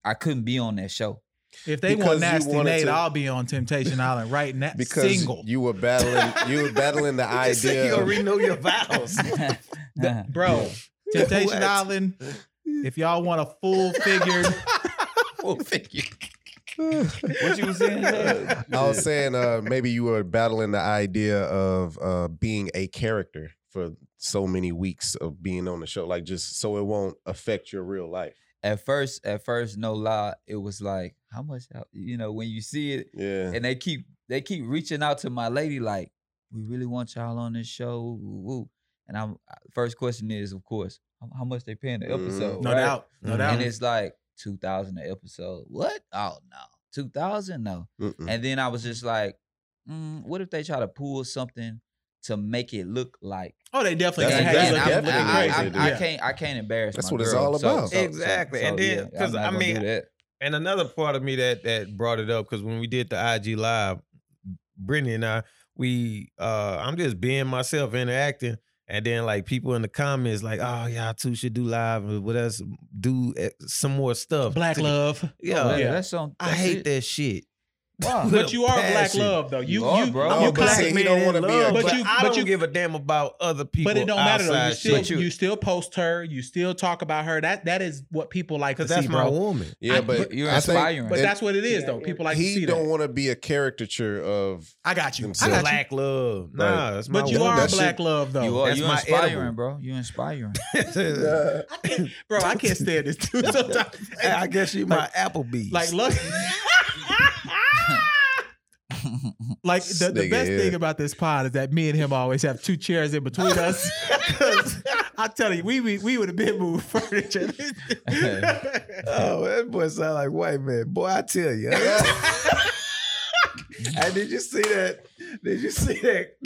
[SPEAKER 1] I couldn't be on that show.
[SPEAKER 5] If they
[SPEAKER 3] Because
[SPEAKER 5] want
[SPEAKER 3] you
[SPEAKER 5] nasty
[SPEAKER 3] wanted
[SPEAKER 5] Nate,
[SPEAKER 3] to-
[SPEAKER 5] I'll be on Temptation Island right now.
[SPEAKER 3] because
[SPEAKER 5] single,
[SPEAKER 3] you were battling, you were battling the
[SPEAKER 2] You just said
[SPEAKER 3] idea.
[SPEAKER 2] you
[SPEAKER 3] of-
[SPEAKER 2] gonna renew your vows.
[SPEAKER 5] bro. Temptation
[SPEAKER 2] What?
[SPEAKER 5] Island. If y'all want a full figured,
[SPEAKER 1] what you was saying? Zay?
[SPEAKER 3] I was saying uh, maybe you were battling the idea of uh, being a character for so many weeks of being on the show, like just so it won't affect your real life.
[SPEAKER 1] at first, at first, no lie, it was like, how much out- you know, when you see it
[SPEAKER 3] Yeah.
[SPEAKER 1] and they keep they keep reaching out to my lady like, we really want y'all on this show. woo, woo, woo." And I'm first question is, of course, how- how much they paying the
[SPEAKER 3] Mhm.
[SPEAKER 1] episode?
[SPEAKER 5] Mm-hmm. no
[SPEAKER 1] right?
[SPEAKER 5] doubt, no
[SPEAKER 2] Mhm.
[SPEAKER 5] doubt.
[SPEAKER 1] and it's like two thousand an episode. What? Oh no, two thousand no.
[SPEAKER 3] Mm-mm.
[SPEAKER 1] And then I was just like, mm, what if they try to pull something to make it look like?
[SPEAKER 5] Oh, they definitely
[SPEAKER 1] And-
[SPEAKER 3] That's
[SPEAKER 5] got
[SPEAKER 1] and
[SPEAKER 3] exactly-
[SPEAKER 5] Halo.
[SPEAKER 1] I'm-
[SPEAKER 3] definitely
[SPEAKER 1] I, I-
[SPEAKER 3] crazy,
[SPEAKER 1] I-
[SPEAKER 3] dude.
[SPEAKER 1] I
[SPEAKER 5] Yeah.
[SPEAKER 1] can't. I can't embarrass.
[SPEAKER 3] That's
[SPEAKER 1] my
[SPEAKER 3] what it's
[SPEAKER 1] girl.
[SPEAKER 3] all
[SPEAKER 1] So-
[SPEAKER 3] about.
[SPEAKER 1] so- so-
[SPEAKER 2] Exactly. And
[SPEAKER 1] so,
[SPEAKER 2] then-
[SPEAKER 1] yeah, I'm
[SPEAKER 2] 'cause,
[SPEAKER 1] not
[SPEAKER 2] I
[SPEAKER 1] gonna
[SPEAKER 2] mean,
[SPEAKER 1] do that.
[SPEAKER 2] And another part of me that that brought it up because when we did the IG live, Brittany and I, we uh I'm just being myself, interacting, And then like people in the comments like, oh y'all too should do live and what else do eh, some more stuff.
[SPEAKER 5] Black
[SPEAKER 2] to-
[SPEAKER 5] love.
[SPEAKER 2] Yeah,
[SPEAKER 5] yeah.
[SPEAKER 1] Oh, That's on.
[SPEAKER 2] uh, I hate that shit.
[SPEAKER 1] Wow.
[SPEAKER 2] With
[SPEAKER 5] But you are black
[SPEAKER 2] passion.
[SPEAKER 5] love though. You
[SPEAKER 1] You are,
[SPEAKER 5] you
[SPEAKER 1] bro.
[SPEAKER 5] you
[SPEAKER 3] No, but
[SPEAKER 5] classic
[SPEAKER 3] see, he don't want to be a
[SPEAKER 5] But
[SPEAKER 2] But,
[SPEAKER 3] black-
[SPEAKER 5] you-
[SPEAKER 2] you, I
[SPEAKER 5] but
[SPEAKER 2] don't
[SPEAKER 5] you-
[SPEAKER 2] give a damn about other people.
[SPEAKER 5] But it don't matter though. You
[SPEAKER 2] outside
[SPEAKER 5] still
[SPEAKER 2] shit.
[SPEAKER 5] you, still post her. You still talk about her. That that is what people like to
[SPEAKER 2] Cause that's
[SPEAKER 5] see,
[SPEAKER 2] my
[SPEAKER 5] bro.
[SPEAKER 2] woman.
[SPEAKER 3] yeah,
[SPEAKER 5] I-
[SPEAKER 3] but
[SPEAKER 1] You're
[SPEAKER 3] I think
[SPEAKER 1] inspiring.
[SPEAKER 5] But
[SPEAKER 3] And
[SPEAKER 5] that's what it is though. People like to
[SPEAKER 3] he
[SPEAKER 5] see
[SPEAKER 3] don't
[SPEAKER 5] that.
[SPEAKER 3] want to be a caricature of.
[SPEAKER 5] I got you. I
[SPEAKER 3] himself.
[SPEAKER 5] got you.
[SPEAKER 2] Black love.
[SPEAKER 3] Right.
[SPEAKER 2] Nah, that's my
[SPEAKER 5] But you
[SPEAKER 2] woman.
[SPEAKER 5] are a
[SPEAKER 3] That shit-
[SPEAKER 5] black love though.
[SPEAKER 1] you are.
[SPEAKER 2] that's
[SPEAKER 1] You
[SPEAKER 2] my
[SPEAKER 1] inspiring,
[SPEAKER 2] edible.
[SPEAKER 1] bro. You inspiring.
[SPEAKER 5] Bro, I can't stand this dude sometimes.
[SPEAKER 2] I guess you my Applebee's.
[SPEAKER 5] like look. Like the, the
[SPEAKER 3] Nigga,
[SPEAKER 5] best
[SPEAKER 3] yeah.
[SPEAKER 5] thing about this pod is that me and him always have two chairs in between us. 'Cause I tell you, we we, we would have been moved furniture.
[SPEAKER 2] Oh, that boy sound like white man. Boy, I tell you. and did you see that? Did you see that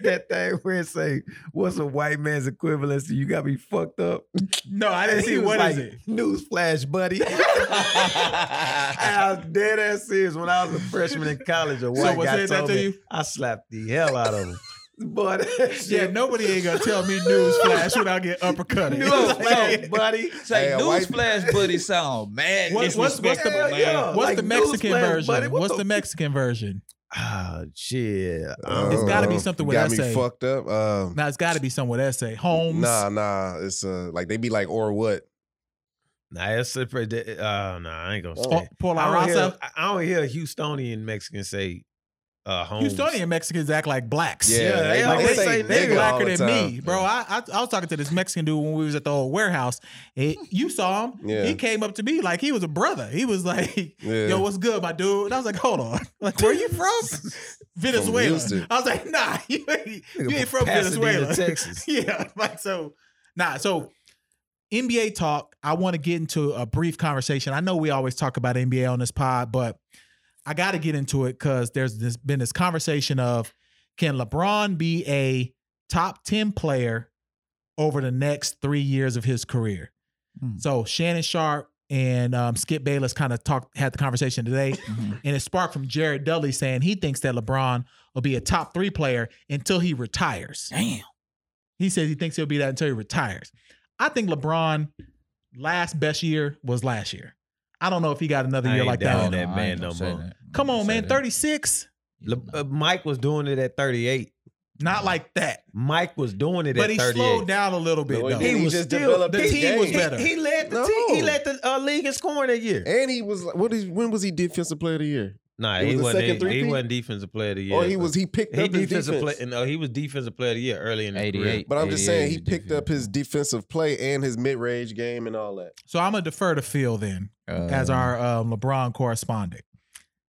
[SPEAKER 2] that thing where it say, "What's a white man's equivalence to you got me fucked up?"
[SPEAKER 5] no, I didn't
[SPEAKER 2] And he
[SPEAKER 5] see
[SPEAKER 2] was
[SPEAKER 5] what is
[SPEAKER 2] like,
[SPEAKER 5] it.
[SPEAKER 2] Newsflash, buddy. How dead ass serious. When I was a freshman in college, a white
[SPEAKER 5] Someone
[SPEAKER 2] guy
[SPEAKER 5] said that
[SPEAKER 2] told
[SPEAKER 5] to
[SPEAKER 2] me,
[SPEAKER 5] you?
[SPEAKER 2] I slapped the hell out of him. But
[SPEAKER 5] Yeah, nobody ain't gonna tell me newsflash when I get uppercutted.
[SPEAKER 2] newsflash, buddy.
[SPEAKER 1] It's like
[SPEAKER 3] Hey, a white-
[SPEAKER 1] newsflash buddy sound mad
[SPEAKER 5] What- what's- what's the-
[SPEAKER 1] disrespectful,
[SPEAKER 2] Hell
[SPEAKER 1] man.
[SPEAKER 2] yeah.
[SPEAKER 5] What's
[SPEAKER 2] Like
[SPEAKER 5] the Mexican
[SPEAKER 2] newsflash,
[SPEAKER 5] version?
[SPEAKER 2] buddy, what
[SPEAKER 5] What's
[SPEAKER 2] the-
[SPEAKER 5] the Mexican version?
[SPEAKER 2] Ah, shit.
[SPEAKER 5] It's
[SPEAKER 2] Um,
[SPEAKER 5] gotta be something with
[SPEAKER 3] got
[SPEAKER 5] essay.
[SPEAKER 3] me fucked up. Um,
[SPEAKER 5] Now it's got to be somewhere that say Holmes.
[SPEAKER 3] nah, nah. It's uh, like they be like or what?
[SPEAKER 2] Nah, that's a pretty. Uh, nah, I ain't gonna say.
[SPEAKER 5] Oh,
[SPEAKER 2] it.
[SPEAKER 5] Paul
[SPEAKER 2] I, don't hear,
[SPEAKER 5] Arasa.
[SPEAKER 2] I- I don't hear Houstonian Mexican say uh, Holmes.
[SPEAKER 5] Houstonian Mexicans act like blacks.
[SPEAKER 3] Yeah,
[SPEAKER 2] Yeah, they
[SPEAKER 3] they,
[SPEAKER 5] Like,
[SPEAKER 2] always
[SPEAKER 5] they,
[SPEAKER 2] say
[SPEAKER 5] say they
[SPEAKER 2] nigga
[SPEAKER 5] blacker
[SPEAKER 3] all the
[SPEAKER 5] than me,
[SPEAKER 3] time.
[SPEAKER 5] bro. I, I I was talking to this Mexican dude when we was at the old warehouse. It, you saw him.
[SPEAKER 3] Yeah.
[SPEAKER 5] He came up to me like he was a brother. He was like,
[SPEAKER 3] Yeah.
[SPEAKER 5] "Yo, what's good, my dude?" And I was like, "Hold on, like where you from?" Venezuela.
[SPEAKER 3] Houston.
[SPEAKER 5] I was like, "Nah, you ain't, you ain't from
[SPEAKER 2] Pasadena,
[SPEAKER 5] Venezuela,
[SPEAKER 2] Texas.
[SPEAKER 5] yeah, like so. Nah, so NBA talk. I want to get into a brief conversation. I know we always talk about NBA on this pod, but I got to get into it because there's this, been this conversation of can LeBron be a top 10 player over the next three years of his career?
[SPEAKER 1] Hmm.
[SPEAKER 5] So Shannon Sharp and um, Skip Bayless kind of talked, had the conversation today,
[SPEAKER 1] Mhm.
[SPEAKER 5] and it sparked from Jared Dudley saying he thinks that LeBron will be a top three player until he retires.
[SPEAKER 1] Damn.
[SPEAKER 5] He says he thinks he'll be that until he retires. I think LeBron last best year was last year. I don't know if he got another
[SPEAKER 2] I
[SPEAKER 5] year
[SPEAKER 2] ain't
[SPEAKER 5] like
[SPEAKER 2] down
[SPEAKER 5] that.
[SPEAKER 2] on that
[SPEAKER 1] I
[SPEAKER 2] man
[SPEAKER 1] ain't
[SPEAKER 2] no
[SPEAKER 1] gonna say
[SPEAKER 2] more.
[SPEAKER 1] that.
[SPEAKER 5] Come on,
[SPEAKER 1] Say
[SPEAKER 5] man.
[SPEAKER 1] that.
[SPEAKER 5] 36?
[SPEAKER 2] Le- uh, Mike was doing it at 38.
[SPEAKER 5] Not like that.
[SPEAKER 2] Mike was doing it
[SPEAKER 5] But
[SPEAKER 2] at
[SPEAKER 5] he
[SPEAKER 2] 38.
[SPEAKER 5] slowed down a little bit,
[SPEAKER 3] No,
[SPEAKER 5] though.
[SPEAKER 3] he didn't.
[SPEAKER 2] He
[SPEAKER 3] He
[SPEAKER 2] was
[SPEAKER 3] just
[SPEAKER 2] still
[SPEAKER 3] developed
[SPEAKER 5] the
[SPEAKER 2] he-
[SPEAKER 5] team was better.
[SPEAKER 2] He, he led the
[SPEAKER 3] No.
[SPEAKER 2] team. He led the uh, league in scoring that year.
[SPEAKER 3] And he was like, what is when was he defensive player of the year?
[SPEAKER 2] Nah,
[SPEAKER 3] It
[SPEAKER 2] he
[SPEAKER 3] was the
[SPEAKER 2] wasn't.
[SPEAKER 3] second
[SPEAKER 2] He, he
[SPEAKER 3] three-peat?
[SPEAKER 2] wasn't defensive player of the year.
[SPEAKER 3] or he was he picked
[SPEAKER 2] He
[SPEAKER 3] up his
[SPEAKER 2] defensive
[SPEAKER 3] defense.
[SPEAKER 2] player. No, he was defensive player of the year early in the career.
[SPEAKER 1] 88.
[SPEAKER 3] But I'm just saying
[SPEAKER 1] 88
[SPEAKER 3] he
[SPEAKER 1] is
[SPEAKER 3] picked up his
[SPEAKER 1] different.
[SPEAKER 3] defensive play and his mid range game and all that.
[SPEAKER 5] So I'm going to defer to Phil then as
[SPEAKER 1] Uh,
[SPEAKER 5] our um, LeBron correspondent.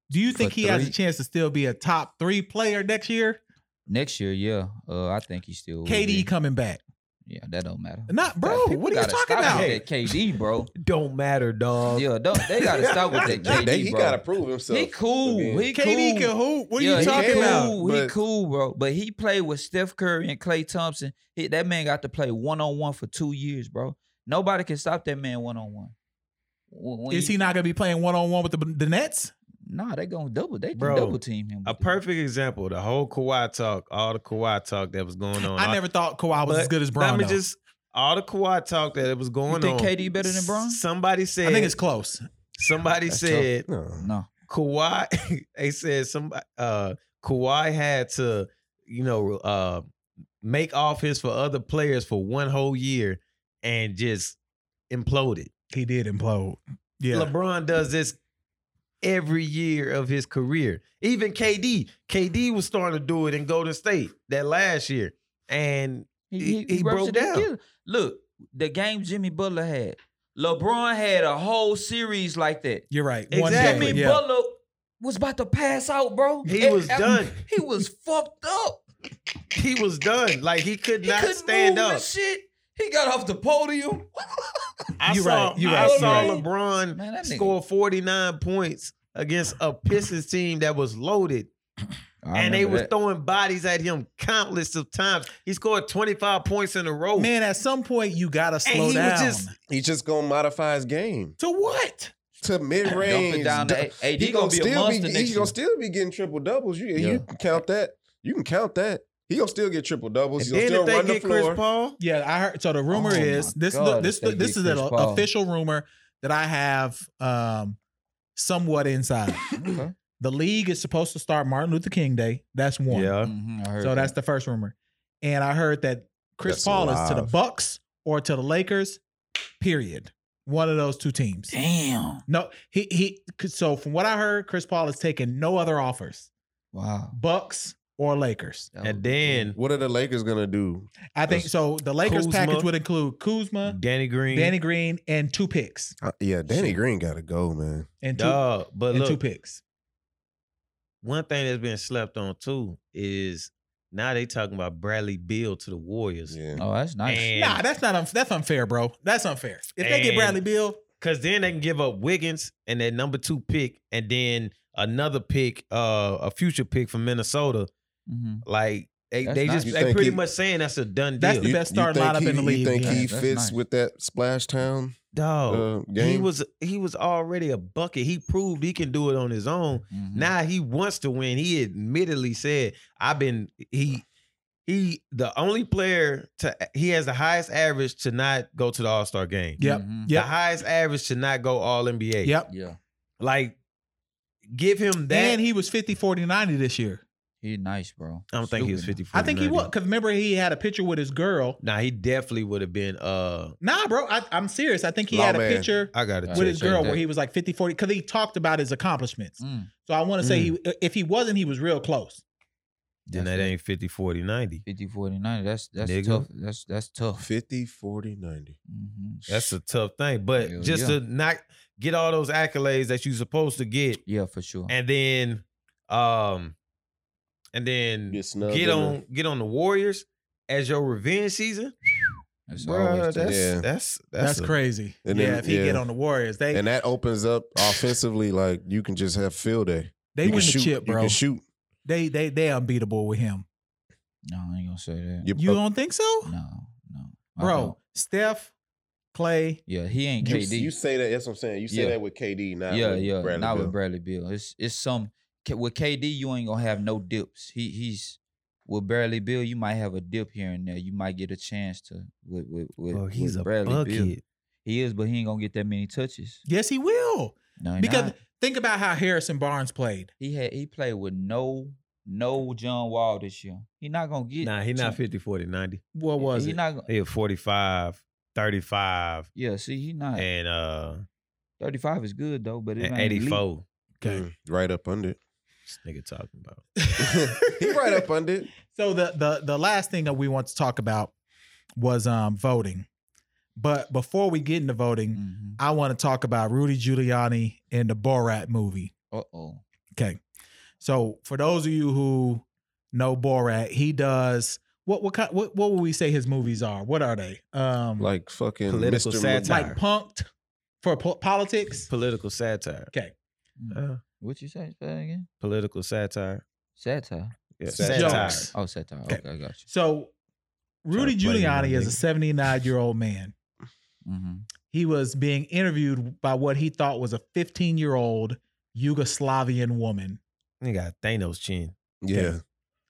[SPEAKER 5] Do you think
[SPEAKER 1] For
[SPEAKER 5] he has a
[SPEAKER 1] three-
[SPEAKER 5] chance to still be a top three player next year?
[SPEAKER 1] next year, yeah. Uh, I think he still will be.
[SPEAKER 5] KD coming back.
[SPEAKER 1] Yeah, that don't matter.
[SPEAKER 5] Not, bro.
[SPEAKER 1] People
[SPEAKER 5] What are you
[SPEAKER 1] gotta
[SPEAKER 5] talking
[SPEAKER 1] stop
[SPEAKER 5] about?
[SPEAKER 1] with that KD, bro.
[SPEAKER 2] Don't matter, dog.
[SPEAKER 1] Yeah, don't they gotta stop with that KD,
[SPEAKER 3] They- he
[SPEAKER 1] bro.
[SPEAKER 3] got to prove himself.
[SPEAKER 1] he cool.
[SPEAKER 3] again.
[SPEAKER 1] He
[SPEAKER 5] KD
[SPEAKER 1] cool.
[SPEAKER 5] can hoop. What are
[SPEAKER 1] Yeah,
[SPEAKER 5] you
[SPEAKER 1] he
[SPEAKER 5] talking
[SPEAKER 1] cool.
[SPEAKER 5] about?
[SPEAKER 1] He
[SPEAKER 3] but-
[SPEAKER 1] cool, bro. But he played with Steph Curry and Klay Thompson. He, that man got to play one on one for two years, bro. Nobody can stop that man one on one.
[SPEAKER 5] Is he not going to be playing one on one with the, the Nets?
[SPEAKER 1] Nah, they gonna double. They can
[SPEAKER 2] Bro,
[SPEAKER 1] double team him.
[SPEAKER 2] A
[SPEAKER 1] with it.
[SPEAKER 2] perfect example. The whole Kawhi talk, all the Kawhi talk that was going on.
[SPEAKER 5] I never thought Kawhi was
[SPEAKER 2] But
[SPEAKER 5] as good as Bron.
[SPEAKER 2] Let me
[SPEAKER 5] though.
[SPEAKER 2] just all the Kawhi talk that it was going
[SPEAKER 1] You think
[SPEAKER 2] on.
[SPEAKER 1] KD better than Bron?
[SPEAKER 2] Somebody said.
[SPEAKER 5] I think it's close.
[SPEAKER 2] somebody
[SPEAKER 1] That's tough.
[SPEAKER 2] said
[SPEAKER 3] No.
[SPEAKER 1] No.
[SPEAKER 2] Kawhi. they said somebody. Uh, Kawhi had to, you know, uh, make offense for other players for one whole year and just imploded.
[SPEAKER 5] He did implode. Yeah.
[SPEAKER 2] LeBron does this every year of his career. Even KD, KD was starting to do it in Golden State that last year, and
[SPEAKER 1] He,
[SPEAKER 2] He-
[SPEAKER 1] he,
[SPEAKER 2] he broke
[SPEAKER 1] represented
[SPEAKER 2] down.
[SPEAKER 1] the killer. Look, the game Jimmy Butler had. LeBron had a whole series like that.
[SPEAKER 5] You're right.
[SPEAKER 2] Exactly.
[SPEAKER 5] game,
[SPEAKER 1] Jimmy
[SPEAKER 5] yeah.
[SPEAKER 1] Butler was about to pass out, bro.
[SPEAKER 2] He
[SPEAKER 1] And-
[SPEAKER 2] was
[SPEAKER 1] and
[SPEAKER 2] done.
[SPEAKER 1] He was fucked up.
[SPEAKER 2] he was done. Like he could
[SPEAKER 1] He
[SPEAKER 2] not
[SPEAKER 1] couldn't
[SPEAKER 2] stand
[SPEAKER 1] move and
[SPEAKER 2] up.
[SPEAKER 1] Shit, he got off the podium.
[SPEAKER 2] I
[SPEAKER 5] You
[SPEAKER 2] saw,
[SPEAKER 5] right, you
[SPEAKER 2] I
[SPEAKER 1] right, you
[SPEAKER 2] saw
[SPEAKER 1] right.
[SPEAKER 2] LeBron
[SPEAKER 1] Man, that nigga-
[SPEAKER 2] score forty nine points against a Pistons team that was loaded, and they was throwing bodies at him countless of times. He scored twenty five points in a row.
[SPEAKER 5] Man, at some point you gotta slow
[SPEAKER 2] he was
[SPEAKER 5] down.
[SPEAKER 2] just-
[SPEAKER 3] He just going to modify his game
[SPEAKER 5] to what?
[SPEAKER 3] to mid
[SPEAKER 1] Dump
[SPEAKER 3] range.
[SPEAKER 1] it down to A- AD. He gonna, be a
[SPEAKER 3] still
[SPEAKER 1] monster
[SPEAKER 3] be,
[SPEAKER 1] next
[SPEAKER 3] he gonna
[SPEAKER 1] year.
[SPEAKER 3] still be getting triple doubles. You,
[SPEAKER 1] Yeah.
[SPEAKER 3] you can count that. You can count that. He gonna still get triple doubles. He's
[SPEAKER 2] And
[SPEAKER 3] gonna still
[SPEAKER 2] then if they
[SPEAKER 3] run the
[SPEAKER 2] get Chris
[SPEAKER 3] floor.
[SPEAKER 2] Paul,
[SPEAKER 5] Yeah, I heard. So the rumor
[SPEAKER 6] Oh my
[SPEAKER 5] is this.
[SPEAKER 6] God,
[SPEAKER 5] look, this
[SPEAKER 6] if they
[SPEAKER 5] this
[SPEAKER 6] get
[SPEAKER 5] is an
[SPEAKER 6] Chris Paul.
[SPEAKER 5] official rumor that I have, um, somewhat inside.
[SPEAKER 6] Okay.
[SPEAKER 5] the league is supposed to start Martin Luther King Day. That's one.
[SPEAKER 2] yeah,
[SPEAKER 6] Mhm, I heard
[SPEAKER 5] So
[SPEAKER 6] that.
[SPEAKER 5] that's the first rumor, and I heard that Chris
[SPEAKER 3] That's
[SPEAKER 5] Paul is to the
[SPEAKER 3] live.
[SPEAKER 5] Bucks or to the Lakers. Period. One of those two teams.
[SPEAKER 6] damn.
[SPEAKER 5] No, he he. So from what I heard, Chris Paul is taking no other offers,
[SPEAKER 6] Wow.
[SPEAKER 5] Bucks or Lakers.
[SPEAKER 6] That
[SPEAKER 2] and
[SPEAKER 6] was-
[SPEAKER 2] then
[SPEAKER 3] What are the Lakers gonna do?
[SPEAKER 5] I think
[SPEAKER 3] That's-
[SPEAKER 5] so. The Lakers
[SPEAKER 2] Kuzma.
[SPEAKER 5] package would include Kuzma,
[SPEAKER 2] Danny Green,
[SPEAKER 5] Danny Green, and two picks.
[SPEAKER 3] Uh, yeah, Danny
[SPEAKER 6] Shit.
[SPEAKER 3] Green gotta go, man.
[SPEAKER 5] And two
[SPEAKER 2] dog. But
[SPEAKER 5] and two
[SPEAKER 2] look,
[SPEAKER 5] picks.
[SPEAKER 2] one thing that's been slept on too is now they talking about Bradley Beal to the Warriors.
[SPEAKER 3] Yeah.
[SPEAKER 1] Oh, that's nice.
[SPEAKER 2] And-
[SPEAKER 5] Nah, that's not unf- that's unfair, bro. That's unfair. If they get
[SPEAKER 2] And-
[SPEAKER 5] Bradley Beal,
[SPEAKER 2] Cause then they can give up Wiggins and their number two pick, and then another pick, uh, a future pick from Minnesota.
[SPEAKER 1] Mm-hmm.
[SPEAKER 2] Like they,
[SPEAKER 1] That's
[SPEAKER 2] they
[SPEAKER 1] nice.
[SPEAKER 2] just
[SPEAKER 3] You
[SPEAKER 2] they
[SPEAKER 3] think
[SPEAKER 2] pretty
[SPEAKER 3] he-
[SPEAKER 2] much saying that's a done
[SPEAKER 5] That's
[SPEAKER 2] deal.
[SPEAKER 5] the best starting
[SPEAKER 3] think
[SPEAKER 5] lineup
[SPEAKER 3] he,
[SPEAKER 5] in the
[SPEAKER 3] You
[SPEAKER 5] league.
[SPEAKER 3] think
[SPEAKER 5] Yeah,
[SPEAKER 3] he
[SPEAKER 1] that's
[SPEAKER 3] fits
[SPEAKER 1] nice.
[SPEAKER 3] with that Splash Town
[SPEAKER 5] Oh,
[SPEAKER 2] Dog,
[SPEAKER 3] uh, game?
[SPEAKER 2] he was he was already a bucket. He proved he can do it on his own.
[SPEAKER 5] Mm.
[SPEAKER 2] Now he wants to win. He admittedly said, "I've been he." He the only player to he has the highest average to not go to the All Star game.
[SPEAKER 5] Yep.
[SPEAKER 2] The
[SPEAKER 5] Yep.
[SPEAKER 2] highest average to not go All NBA.
[SPEAKER 5] Yep.
[SPEAKER 6] Yeah.
[SPEAKER 2] Like, give him that.
[SPEAKER 5] and he was 50, 40, 90 this year.
[SPEAKER 1] He nice, bro.
[SPEAKER 2] I don't think he was
[SPEAKER 1] Stupid.
[SPEAKER 2] 54.
[SPEAKER 5] I think he was because remember he had a picture with his girl.
[SPEAKER 2] Nah, he definitely would have been. Uh,
[SPEAKER 5] Nah, bro. I, I'm serious. I think he had a
[SPEAKER 3] Lawman.
[SPEAKER 5] picture
[SPEAKER 2] I got to
[SPEAKER 1] With
[SPEAKER 5] with
[SPEAKER 2] check.
[SPEAKER 5] his
[SPEAKER 1] Change
[SPEAKER 5] girl
[SPEAKER 1] that.
[SPEAKER 5] where he was like 50, 40, because he talked about his accomplishments.
[SPEAKER 1] Mm.
[SPEAKER 5] So I want to say he if he wasn't, he was real close.
[SPEAKER 2] Then that
[SPEAKER 1] That's it.
[SPEAKER 2] ain't 50, 40, 90.
[SPEAKER 1] 50 40 90. That's that's
[SPEAKER 2] Nigga.
[SPEAKER 1] tough. That's that's tough.
[SPEAKER 3] 50, 40, 90.
[SPEAKER 1] Mm-hmm.
[SPEAKER 2] That's a tough thing. But
[SPEAKER 1] Hell
[SPEAKER 2] just
[SPEAKER 1] yeah.
[SPEAKER 2] to not get all those accolades that you supposed to get,
[SPEAKER 1] Yeah, for sure.
[SPEAKER 2] and then, um, and then
[SPEAKER 3] Get
[SPEAKER 2] get,
[SPEAKER 3] snubbed. in
[SPEAKER 2] on get on the Warriors as your revenge season.
[SPEAKER 1] That's always
[SPEAKER 2] Bruh,
[SPEAKER 1] tough.
[SPEAKER 2] that's,
[SPEAKER 3] Yeah.
[SPEAKER 2] that's that's
[SPEAKER 5] That's
[SPEAKER 2] a-
[SPEAKER 5] crazy.
[SPEAKER 3] And
[SPEAKER 5] yeah,
[SPEAKER 3] then-
[SPEAKER 5] if he
[SPEAKER 3] yeah.
[SPEAKER 5] get on the Warriors,
[SPEAKER 3] the-
[SPEAKER 5] they
[SPEAKER 3] and that opens up offensively, like you can just have field day.
[SPEAKER 5] they
[SPEAKER 3] you
[SPEAKER 5] win
[SPEAKER 3] can
[SPEAKER 5] the
[SPEAKER 3] shoot,
[SPEAKER 5] chip,
[SPEAKER 3] You
[SPEAKER 5] bro.
[SPEAKER 3] can shoot.
[SPEAKER 5] They they they unbeatable with him.
[SPEAKER 1] No, I ain't gonna say that.
[SPEAKER 3] Your-
[SPEAKER 5] You
[SPEAKER 3] uh,
[SPEAKER 5] don't think so?
[SPEAKER 1] No, no. I don't.
[SPEAKER 5] Bro, Steph, Clay,
[SPEAKER 1] Yeah, he ain't
[SPEAKER 3] you,
[SPEAKER 1] KD.
[SPEAKER 3] you say that. That's what I'm saying. You say
[SPEAKER 1] Yeah.
[SPEAKER 3] that with KD, not
[SPEAKER 1] yeah,
[SPEAKER 3] with
[SPEAKER 1] yeah.
[SPEAKER 3] Bradley
[SPEAKER 1] not
[SPEAKER 3] Beal.
[SPEAKER 1] with Bradley Bill. It's it's some K- with KD. You ain't gonna have no dips. He he's with Bradley Bill. You might have a dip here and there. You might get a chance to with with with,
[SPEAKER 2] Bro, oh, he's
[SPEAKER 1] with
[SPEAKER 2] a
[SPEAKER 1] Bradley Bill.
[SPEAKER 2] bucket.
[SPEAKER 1] He is, but he ain't gonna get that many touches.
[SPEAKER 5] yes, he will.
[SPEAKER 1] No, he
[SPEAKER 5] Because
[SPEAKER 1] not.
[SPEAKER 5] think about how Harrison Barnes played.
[SPEAKER 1] he had he played with no no John Wall this year. He not gonna get.
[SPEAKER 2] Nah, he not
[SPEAKER 1] to-
[SPEAKER 2] 50, 40, 90.
[SPEAKER 5] What was
[SPEAKER 1] he
[SPEAKER 5] it?
[SPEAKER 1] not. Gonna,
[SPEAKER 2] He a 45, 35,
[SPEAKER 1] yeah, see, he not.
[SPEAKER 2] and uh
[SPEAKER 1] Thirty five is good though, but it
[SPEAKER 2] and
[SPEAKER 1] ain't
[SPEAKER 2] eighty
[SPEAKER 1] elite.
[SPEAKER 2] four.
[SPEAKER 5] Okay.
[SPEAKER 3] Mm, right up under it.
[SPEAKER 2] This nigga talking about.
[SPEAKER 3] he right up under it.
[SPEAKER 5] So the the the last thing that we want to talk about was um voting. But before we get into
[SPEAKER 3] Mm.
[SPEAKER 5] voting,
[SPEAKER 1] Mhm.
[SPEAKER 5] I want to talk about Rudy Giuliani and the Borat movie.
[SPEAKER 1] Uh oh.
[SPEAKER 5] Okay. So for those of you who know Borat, he does what what kind what what would we say his movies are? What are they? Um like,
[SPEAKER 3] Like fucking
[SPEAKER 2] Political
[SPEAKER 3] Mr. Mc-
[SPEAKER 2] satire.
[SPEAKER 5] punked for po- politics.
[SPEAKER 2] Political satire.
[SPEAKER 5] Okay.
[SPEAKER 1] What you say? Say that again.
[SPEAKER 2] political satire.
[SPEAKER 1] Satire.
[SPEAKER 2] Yeah,
[SPEAKER 3] Satire.
[SPEAKER 2] satire.
[SPEAKER 5] Jokes.
[SPEAKER 1] Oh, satire.
[SPEAKER 5] Okay.
[SPEAKER 1] Okay, I got
[SPEAKER 5] So Rudy
[SPEAKER 2] Tryna play me,
[SPEAKER 5] Giuliani is
[SPEAKER 2] nigga.
[SPEAKER 5] a 79-year-old man.
[SPEAKER 1] you. Mm-hmm.
[SPEAKER 5] he was being interviewed by what he thought was a 15 year old Yugoslavian woman.
[SPEAKER 2] He got Thanos chin.
[SPEAKER 3] Yeah.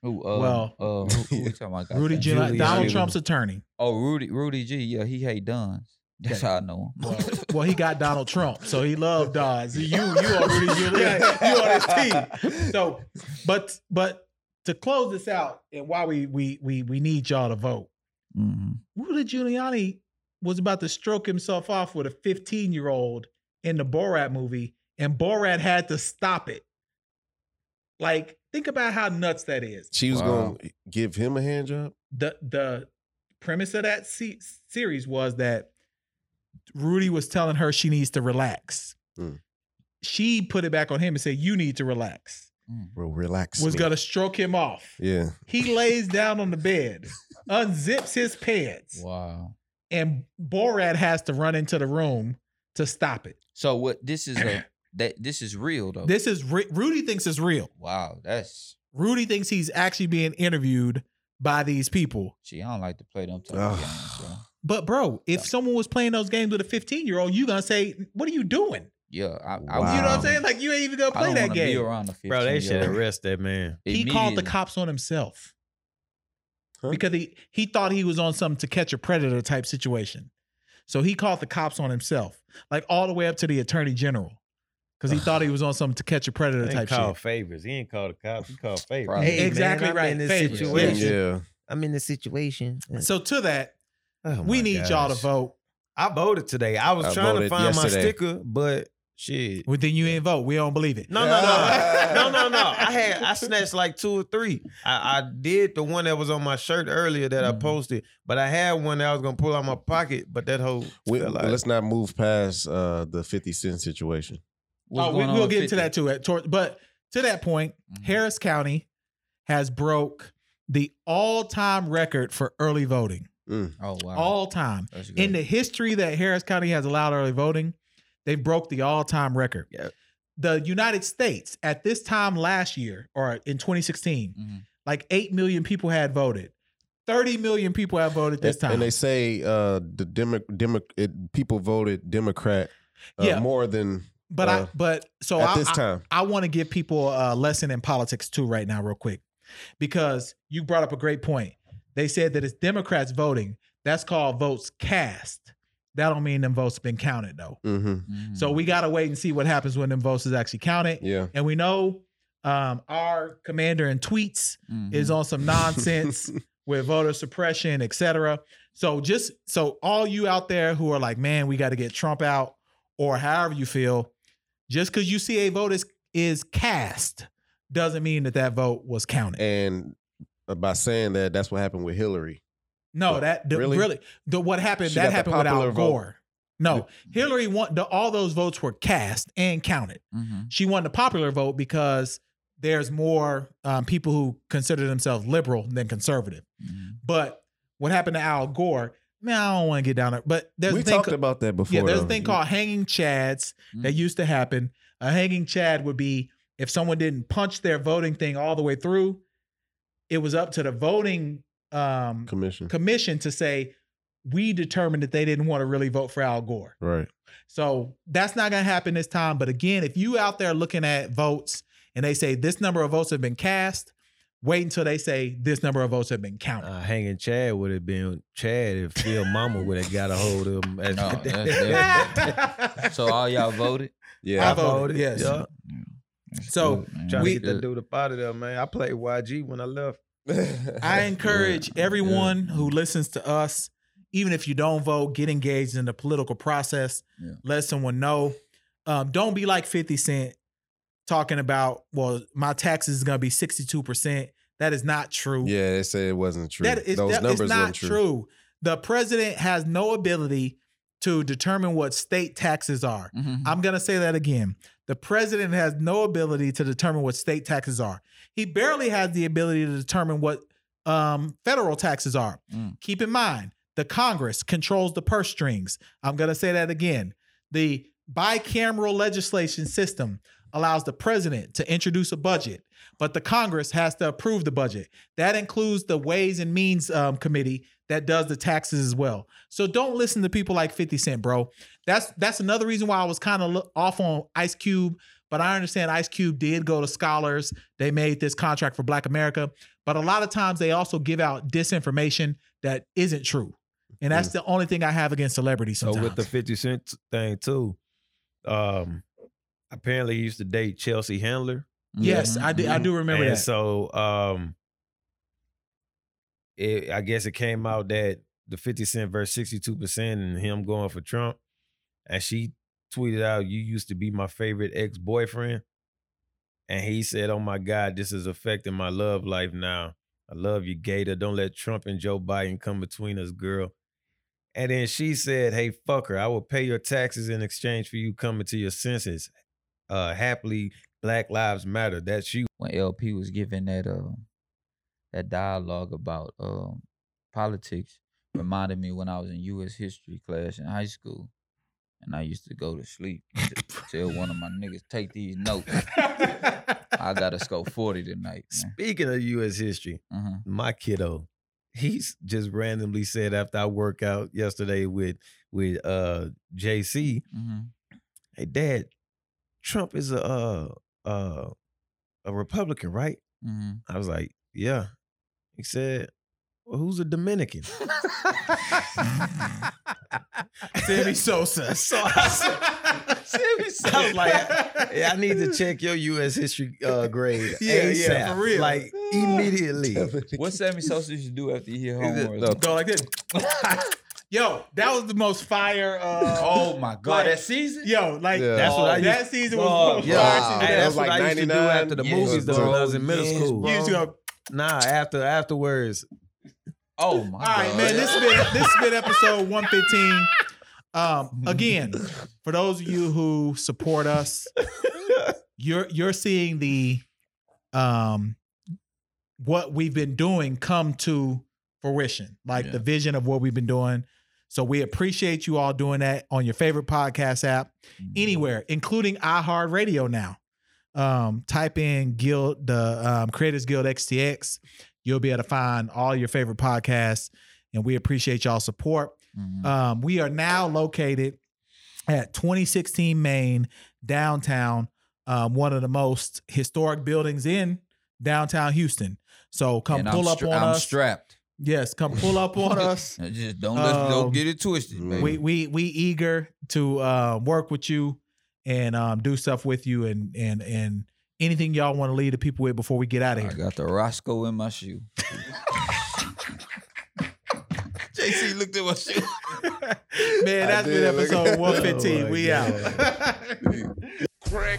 [SPEAKER 1] Who, uh,
[SPEAKER 5] Well,
[SPEAKER 1] uh, who we talking about?
[SPEAKER 5] Rudy
[SPEAKER 1] Goddamn.
[SPEAKER 5] Giuliani,
[SPEAKER 2] Giuliani.
[SPEAKER 5] Donald Trump's attorney.
[SPEAKER 1] Oh, Rudy, Rudy G. Yeah, he hate Duns. That's how I know him.
[SPEAKER 5] Well, well, he got Donald Trump, so he loved Dodds. You, you are Rudy Giuliani. You on his team.
[SPEAKER 3] team.
[SPEAKER 5] So, but but to close this out, and why we we we we need y'all to vote.
[SPEAKER 1] hmm
[SPEAKER 5] Rudy Giuliani was about to stroke himself off with a 15 year old in the Borat movie, and Borat had to stop it. Like, think about how nuts that is.
[SPEAKER 3] she was
[SPEAKER 1] Wow.
[SPEAKER 3] gonna give him a hand job.
[SPEAKER 5] the the premise of that se- series was that Rudy was telling her she needs to relax.
[SPEAKER 3] Mm.
[SPEAKER 5] She put it back on him and said, "You need to relax."
[SPEAKER 3] Bro, relax.
[SPEAKER 5] Was
[SPEAKER 3] me.
[SPEAKER 5] gonna stroke him off.
[SPEAKER 3] Yeah.
[SPEAKER 5] He lays down on the bed, unzips his pants,
[SPEAKER 1] Wow.
[SPEAKER 5] and Borat has to run into the room to stop it.
[SPEAKER 1] So what? This is a that this is real though.
[SPEAKER 5] This is re- Rudy thinks it's real.
[SPEAKER 1] wow. That's
[SPEAKER 5] Rudy thinks he's actually being interviewed by these people.
[SPEAKER 1] gee. I don't like to play them type
[SPEAKER 3] Ugh.
[SPEAKER 1] of games, bro.
[SPEAKER 5] But bro, if someone was playing those games with a 15 year old, you gonna say, "What are you doing?"
[SPEAKER 1] Yeah, I, I
[SPEAKER 3] Wow.
[SPEAKER 5] You know what I'm saying? Like you ain't even gonna
[SPEAKER 1] I
[SPEAKER 5] play
[SPEAKER 1] don't
[SPEAKER 5] that
[SPEAKER 1] wanna Be
[SPEAKER 5] game.
[SPEAKER 1] around the
[SPEAKER 2] Bro, they
[SPEAKER 1] 15
[SPEAKER 2] should
[SPEAKER 1] year old.
[SPEAKER 2] arrest that man.
[SPEAKER 5] He called the
[SPEAKER 1] Immediately.
[SPEAKER 5] cops on himself.
[SPEAKER 3] Huh?
[SPEAKER 5] because he he thought he was on some to catch a predator type situation. So he called the cops on himself, like all the way up to the attorney general, because he thought he was on some to catch a predator
[SPEAKER 2] He
[SPEAKER 5] type
[SPEAKER 2] called
[SPEAKER 5] shit.
[SPEAKER 2] favors. He ain't called the cops. He called favors.
[SPEAKER 6] Probably.
[SPEAKER 2] Hey, man,
[SPEAKER 5] Exactly
[SPEAKER 2] I'm
[SPEAKER 5] right,
[SPEAKER 2] In this
[SPEAKER 5] favors.
[SPEAKER 2] situation.
[SPEAKER 3] Yeah.
[SPEAKER 2] I'm in this situation.
[SPEAKER 5] So to that,
[SPEAKER 2] Oh
[SPEAKER 5] we
[SPEAKER 2] my
[SPEAKER 5] need y'all to
[SPEAKER 2] gosh.
[SPEAKER 5] vote.
[SPEAKER 2] I voted today. I was
[SPEAKER 3] I
[SPEAKER 2] trying to
[SPEAKER 3] voted
[SPEAKER 2] find my
[SPEAKER 3] yesterday.
[SPEAKER 2] sticker, but shit.
[SPEAKER 5] Well, then you ain't vote. We don't believe it.
[SPEAKER 2] No, no, no, no, no, no. I had I snatched like two or three. I, I did the one that was on my shirt earlier that I
[SPEAKER 1] Mhm.
[SPEAKER 2] posted, but I had one that I was gonna pull out my pocket, but that whole
[SPEAKER 3] We,
[SPEAKER 2] fell out.
[SPEAKER 3] let's not move past uh, the 50 Cent situation.
[SPEAKER 5] Oh, we, we'll get into that too. At toward, but to that point,
[SPEAKER 1] Mhm.
[SPEAKER 5] Harris County has broke the all-time record for early voting.
[SPEAKER 1] Mm-hmm.
[SPEAKER 6] Oh wow.
[SPEAKER 5] All time
[SPEAKER 6] That's
[SPEAKER 5] in
[SPEAKER 6] good.
[SPEAKER 5] the history that Harris County has allowed early voting, they broke the all-time record.
[SPEAKER 6] Yeah.
[SPEAKER 5] The United States at this time last year or in 2016,
[SPEAKER 6] Mhm.
[SPEAKER 5] like 8 million people had voted. 30 million people have voted this
[SPEAKER 3] And-
[SPEAKER 5] time.
[SPEAKER 3] And they say uh, the demo, demo, it, people voted Democrat uh,
[SPEAKER 5] Yeah.
[SPEAKER 3] more than
[SPEAKER 5] but
[SPEAKER 3] uh,
[SPEAKER 5] I but so
[SPEAKER 3] at
[SPEAKER 5] I,
[SPEAKER 3] this
[SPEAKER 5] I-
[SPEAKER 3] time.
[SPEAKER 5] I want to give people a lesson in politics too, right now, real quick, because you brought up a great point. They said that it's Democrats voting. That's called votes cast. That don't mean them votes been counted though.
[SPEAKER 3] hmm
[SPEAKER 1] Mm-hmm.
[SPEAKER 6] Mhm.
[SPEAKER 5] So we gotta wait and see what happens when them votes is actually counted.
[SPEAKER 3] Yeah.
[SPEAKER 5] And we know um, our commander in tweets
[SPEAKER 1] Mm-hmm.
[SPEAKER 6] Mhm.
[SPEAKER 3] Mm-hmm.
[SPEAKER 5] is on some nonsense with voter suppression, et cetera. So just so all you out there who are like, man, we got to get Trump out, or however you feel, just because you see a vote is is cast doesn't mean that that vote was
[SPEAKER 3] Eh,
[SPEAKER 5] counted.
[SPEAKER 3] And uh, by saying that, that's what happened with Hillary.
[SPEAKER 5] no, that the, really,
[SPEAKER 3] really?
[SPEAKER 5] the, what happened
[SPEAKER 3] She
[SPEAKER 5] that
[SPEAKER 3] got the
[SPEAKER 5] happened
[SPEAKER 3] popular
[SPEAKER 5] without
[SPEAKER 3] vote.
[SPEAKER 5] Gore. No, Hillary won. The, all those votes were cast and counted.
[SPEAKER 1] Mm-hmm.
[SPEAKER 6] Mhm.
[SPEAKER 5] she won the popular vote because there's more um, people who consider themselves liberal than conservative.
[SPEAKER 6] Mhm.
[SPEAKER 1] Mm-hmm.
[SPEAKER 5] But what happened to Al Gore? Man, I don't want to get down there. But there's
[SPEAKER 3] we
[SPEAKER 5] a thing
[SPEAKER 3] talked
[SPEAKER 5] ca-
[SPEAKER 3] about that before.
[SPEAKER 5] yeah, there's
[SPEAKER 3] though.
[SPEAKER 5] a
[SPEAKER 3] Mm-hmm.
[SPEAKER 5] thing called hanging chads that used to happen. A hanging chad would be if someone didn't punch their voting thing all the way through, it was up to the voting um,
[SPEAKER 3] commission.
[SPEAKER 5] commission to say we determined that they didn't want to really vote for Al Gore.
[SPEAKER 3] right.
[SPEAKER 5] So that's not going to happen this time. But again, if you out there looking at votes and they say this number of votes have been cast, wait until they say this number of votes have been counted.
[SPEAKER 2] uh, hanging Chad would have been Chad if Phil Mama would have got a hold of him. at-
[SPEAKER 6] No, that's So all y'all voted.
[SPEAKER 5] I
[SPEAKER 3] Yeah.
[SPEAKER 5] voted, yes.
[SPEAKER 2] yeah.
[SPEAKER 6] That's
[SPEAKER 5] So,
[SPEAKER 6] good, man.
[SPEAKER 2] Trying
[SPEAKER 6] That's
[SPEAKER 5] We-
[SPEAKER 2] to get that
[SPEAKER 6] good.
[SPEAKER 2] dude up out of there, man. I played YG when I left.
[SPEAKER 5] I encourage
[SPEAKER 6] Yeah.
[SPEAKER 5] everyone who listens to us, even if you don't vote, get engaged in the political process.
[SPEAKER 6] Yeah.
[SPEAKER 5] Let someone know. Um, don't be like 50 Cent talking about, well, my taxes is going to be 62%. That is not true.
[SPEAKER 3] yeah, they said it wasn't true.
[SPEAKER 5] That is
[SPEAKER 3] Those
[SPEAKER 5] that is
[SPEAKER 3] numbers
[SPEAKER 5] not
[SPEAKER 3] weren't
[SPEAKER 5] true.
[SPEAKER 3] true.
[SPEAKER 5] The president has no ability to determine what state taxes
[SPEAKER 3] Mm.
[SPEAKER 5] are.
[SPEAKER 1] Mm-hmm.
[SPEAKER 6] Mhm.
[SPEAKER 5] I'm going to say that again. The president has no ability to determine what state taxes are. He barely has the ability to determine what um, federal taxes are.
[SPEAKER 6] Mm.
[SPEAKER 5] Keep in mind, the Congress controls the purse strings. I'm going to say that again. The bicameral legislation system allows the president to introduce a budget, but the Congress has to approve the budget. That includes the Ways and Means um, Committee that does the taxes as well. So don't listen to people like 50 Cent, bro. That's that's another reason why I was kind of off on Ice Cube, but I understand Ice Cube did go to scholars. They made this contract for Black America, but a lot of times they also give out disinformation that isn't true. And that's the only thing I have against celebrities
[SPEAKER 2] Mm. So
[SPEAKER 5] sometimes.
[SPEAKER 2] with the 50 Cent thing too, um, apparently he used to date Chelsea Handler.
[SPEAKER 5] yes, I do I
[SPEAKER 2] Mm-hmm.
[SPEAKER 5] do remember
[SPEAKER 2] and
[SPEAKER 5] that.
[SPEAKER 2] so um it, I guess it came out that the 50 Cent verse 62% and him going for Trump. And she tweeted out, You used to be my favorite ex-boyfriend. And he said, Oh my God, this is affecting my love life now. I love you, Gator. Don't let Trump and Joe Biden come between us, girl. And then she said, Hey, fuck her. I will pay your taxes in exchange for you coming to your senses. Uh happily, Black Lives Matter. That's you.
[SPEAKER 1] when LP was giving that uh that dialogue about um politics reminded me when I was in U.S. history class in high school, and I used to go to sleep. to tell one of my niggas take these notes. I gotta score forty tonight. Man.
[SPEAKER 2] Speaking of U.S. history,
[SPEAKER 1] Uh-huh.
[SPEAKER 2] my kiddo, he's just randomly said after I work out yesterday with with uh JC,
[SPEAKER 1] Mm-hmm.
[SPEAKER 2] hey dad, Trump is a uh uh a Republican, right?
[SPEAKER 1] Mm-hmm.
[SPEAKER 2] I was like, yeah. He said, who's a Dominican?
[SPEAKER 5] Sammy Sosa.
[SPEAKER 2] So I, said- I was like, I, I need to check your U.S. history uh, grade.
[SPEAKER 5] Yeah,
[SPEAKER 2] ASAP,
[SPEAKER 5] yeah, for real. Ah.
[SPEAKER 2] Like immediately.
[SPEAKER 1] What Sammy Sosa should do after he hit home
[SPEAKER 2] it-
[SPEAKER 1] runs?
[SPEAKER 2] no.
[SPEAKER 5] Go like this. Yo, that was the most fire. Uh,
[SPEAKER 1] Oh my god,
[SPEAKER 5] Like-
[SPEAKER 1] that season?
[SPEAKER 5] Yo, like
[SPEAKER 3] Yeah.
[SPEAKER 2] That's what I
[SPEAKER 5] that season was
[SPEAKER 1] Bro,
[SPEAKER 5] was
[SPEAKER 2] yeah.
[SPEAKER 5] fire.
[SPEAKER 3] Wow.
[SPEAKER 2] Hey,
[SPEAKER 3] That
[SPEAKER 2] that's
[SPEAKER 3] was
[SPEAKER 2] what
[SPEAKER 3] like
[SPEAKER 2] I used to do
[SPEAKER 3] 99?
[SPEAKER 2] after the
[SPEAKER 1] Yes,
[SPEAKER 2] movies though when I was in middle
[SPEAKER 1] yes,
[SPEAKER 2] school.
[SPEAKER 5] You used to go,
[SPEAKER 2] Nah, after afterwards.
[SPEAKER 1] Oh my
[SPEAKER 5] All right,
[SPEAKER 1] god.
[SPEAKER 5] man. This has been this has been episode one fifteen. Um, again, for those of you who support us, you're you're seeing the um what we've been doing come to fruition, like
[SPEAKER 1] Yeah.
[SPEAKER 5] the vision of what we've been doing. So we appreciate you all doing that on your favorite podcast app,
[SPEAKER 1] Mm-hmm,
[SPEAKER 5] anywhere, including iHeartRadio now. Um, type in Guild the um, Creators Guild XTX you'll be able to find all your favorite podcasts and we appreciate y'all support
[SPEAKER 1] Mhm.
[SPEAKER 5] um, we are now located at 2016 main downtown um, one of the most historic buildings in downtown houston so come
[SPEAKER 1] And
[SPEAKER 5] pull
[SPEAKER 1] I'm
[SPEAKER 5] up
[SPEAKER 1] stra-
[SPEAKER 5] on
[SPEAKER 1] I'm
[SPEAKER 5] us
[SPEAKER 1] strapped.
[SPEAKER 5] yes come pull up on us
[SPEAKER 1] Now Just don't let's
[SPEAKER 5] Um,
[SPEAKER 1] don't get it twisted. man.
[SPEAKER 5] we we we eager to uh, work with you and um, do stuff with you and and and anything y'all want to leave the people with before we get out of
[SPEAKER 1] I
[SPEAKER 5] here
[SPEAKER 1] got the Roscoe in my shoe. JC looked at my shoe.
[SPEAKER 5] man
[SPEAKER 3] I
[SPEAKER 5] that's
[SPEAKER 3] did,
[SPEAKER 5] been
[SPEAKER 3] look at-
[SPEAKER 5] episode 115
[SPEAKER 2] Oh my
[SPEAKER 5] we out
[SPEAKER 2] God.
[SPEAKER 4] Crack